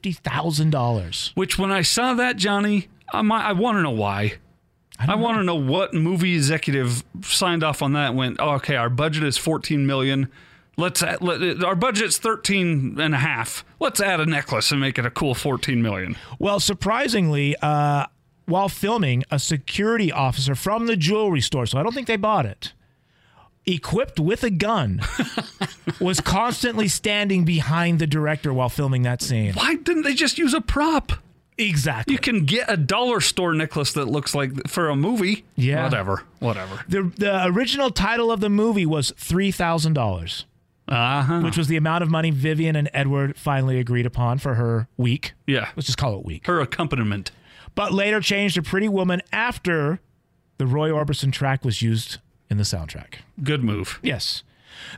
[SPEAKER 3] $250,000.
[SPEAKER 2] Which, when I saw that, Johnny, I, mi- I want to know why. I, want to know what movie executive signed off on that. And went, oh, okay, our budget is fourteen million. Let's add, let, uh, our budget's 13 and a half. Let's add a necklace and make it a cool 14 million.
[SPEAKER 3] Well, surprisingly, uh, while filming, a security officer from the jewelry store, so I don't think they bought it, equipped with a gun, was constantly standing behind the director while filming that scene.
[SPEAKER 2] Why didn't they just use a prop?
[SPEAKER 3] Exactly.
[SPEAKER 2] You can get a dollar store necklace that looks like for a movie.
[SPEAKER 3] Yeah.
[SPEAKER 2] Whatever. Whatever.
[SPEAKER 3] the, the original title of the movie was $3,000,
[SPEAKER 2] Uh huh.
[SPEAKER 3] which was the amount of money Vivian and Edward finally agreed upon for her week.
[SPEAKER 2] Yeah.
[SPEAKER 3] Let's just call it week.
[SPEAKER 2] Her accompaniment.
[SPEAKER 3] But later changed to Pretty Woman after the Roy Orbison track was used in the soundtrack.
[SPEAKER 2] Good move.
[SPEAKER 3] Yes.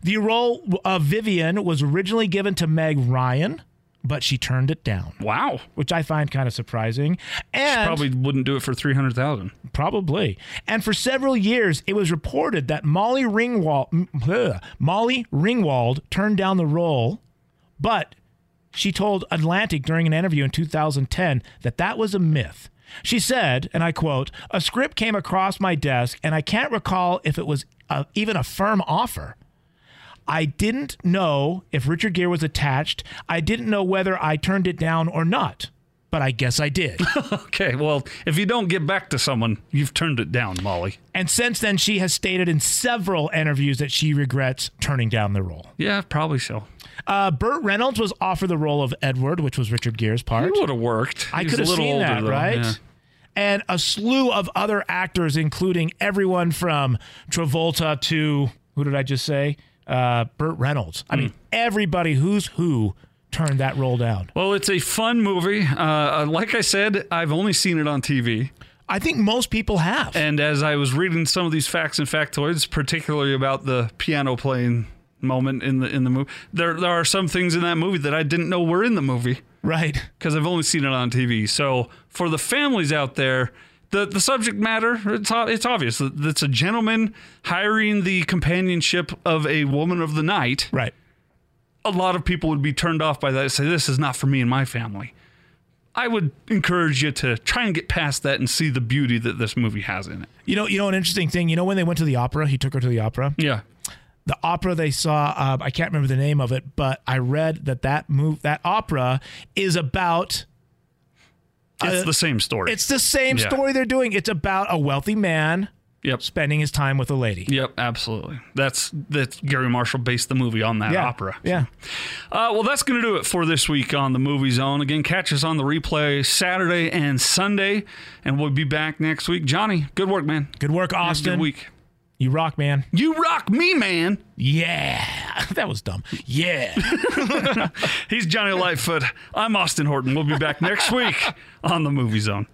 [SPEAKER 3] The role of Vivian was originally given to Meg Ryan, but she turned it down,
[SPEAKER 2] Wow.
[SPEAKER 3] which I find kind of surprising. And
[SPEAKER 2] Probably wouldn't do it for 300,000.
[SPEAKER 3] Probably. And for several years, it was reported that Molly Ringwald, m- bleh, Molly Ringwald turned down the role, but she told Atlantic during an interview in 2010 that that was a myth. She said, and I quote, "A script came across my desk, and I can't recall if it was uh even a firm offer." I didn't know if Richard Gere was attached. I didn't know whether I turned it down or not, but I guess I did.
[SPEAKER 2] Okay, well, if you don't get back to someone, you've turned it down, Molly.
[SPEAKER 3] And since then, she has stated in several interviews that she regrets turning down the role.
[SPEAKER 2] Yeah, probably so.
[SPEAKER 3] Uh, Burt Reynolds was offered the role of Edward, which was Richard Gere's part.
[SPEAKER 2] It would have worked.
[SPEAKER 3] I
[SPEAKER 2] He was
[SPEAKER 3] could
[SPEAKER 2] a
[SPEAKER 3] have
[SPEAKER 2] little
[SPEAKER 3] seen
[SPEAKER 2] older,
[SPEAKER 3] that,
[SPEAKER 2] though,
[SPEAKER 3] right?
[SPEAKER 2] yeah.
[SPEAKER 3] And a slew of other actors, including everyone from Travolta to who did I just say? Uh, Burt Reynolds.
[SPEAKER 2] Hmm.
[SPEAKER 3] I mean, everybody who's who turned that role down.
[SPEAKER 2] Well, it's a fun movie. Uh, like I said, I've only seen it on TV.
[SPEAKER 3] I think most people have.
[SPEAKER 2] And as I was reading some of these facts and factoids, particularly about the piano playing moment in the in the movie, there there are some things in that movie that I didn't know were in the movie.
[SPEAKER 3] right.
[SPEAKER 2] because I've only seen it on TV. So for the families out there, the, the subject matter it's o- it's obvious that it's a gentleman hiring the companionship of a woman of the night.
[SPEAKER 3] Right.
[SPEAKER 2] A lot of people would be turned off by that and say this is not for me and my family. I would encourage you to try and get past that and see the beauty that this movie has in it.
[SPEAKER 3] You know, you know, an interesting thing. You know, when they went to the opera, he took her to the opera.
[SPEAKER 2] Yeah.
[SPEAKER 3] the opera they saw uh, i can't remember the name of it but i read that that move that opera is about
[SPEAKER 2] It's the same story.
[SPEAKER 3] Uh, it's the same
[SPEAKER 2] Yeah.
[SPEAKER 3] story they're doing it's about a wealthy man
[SPEAKER 2] Yep.
[SPEAKER 3] spending his time with a lady.
[SPEAKER 2] Yep, absolutely. That's that's Gary Marshall based the movie on that opera.
[SPEAKER 3] Yeah.
[SPEAKER 2] Uh, well, that's going to do it for this week on the Movie Zone. Again, catch us on the replay Saturday and Sunday, and we'll be back next week. Johnny, good work, man.
[SPEAKER 3] Good work,
[SPEAKER 2] Have a
[SPEAKER 3] Austin.
[SPEAKER 2] Good week.
[SPEAKER 3] You rock, man.
[SPEAKER 2] You rock me, man.
[SPEAKER 3] Yeah. That was dumb. Yeah.
[SPEAKER 2] He's Johnny Lightfoot. I'm Austin Horton. We'll be back next week on the Movie Zone.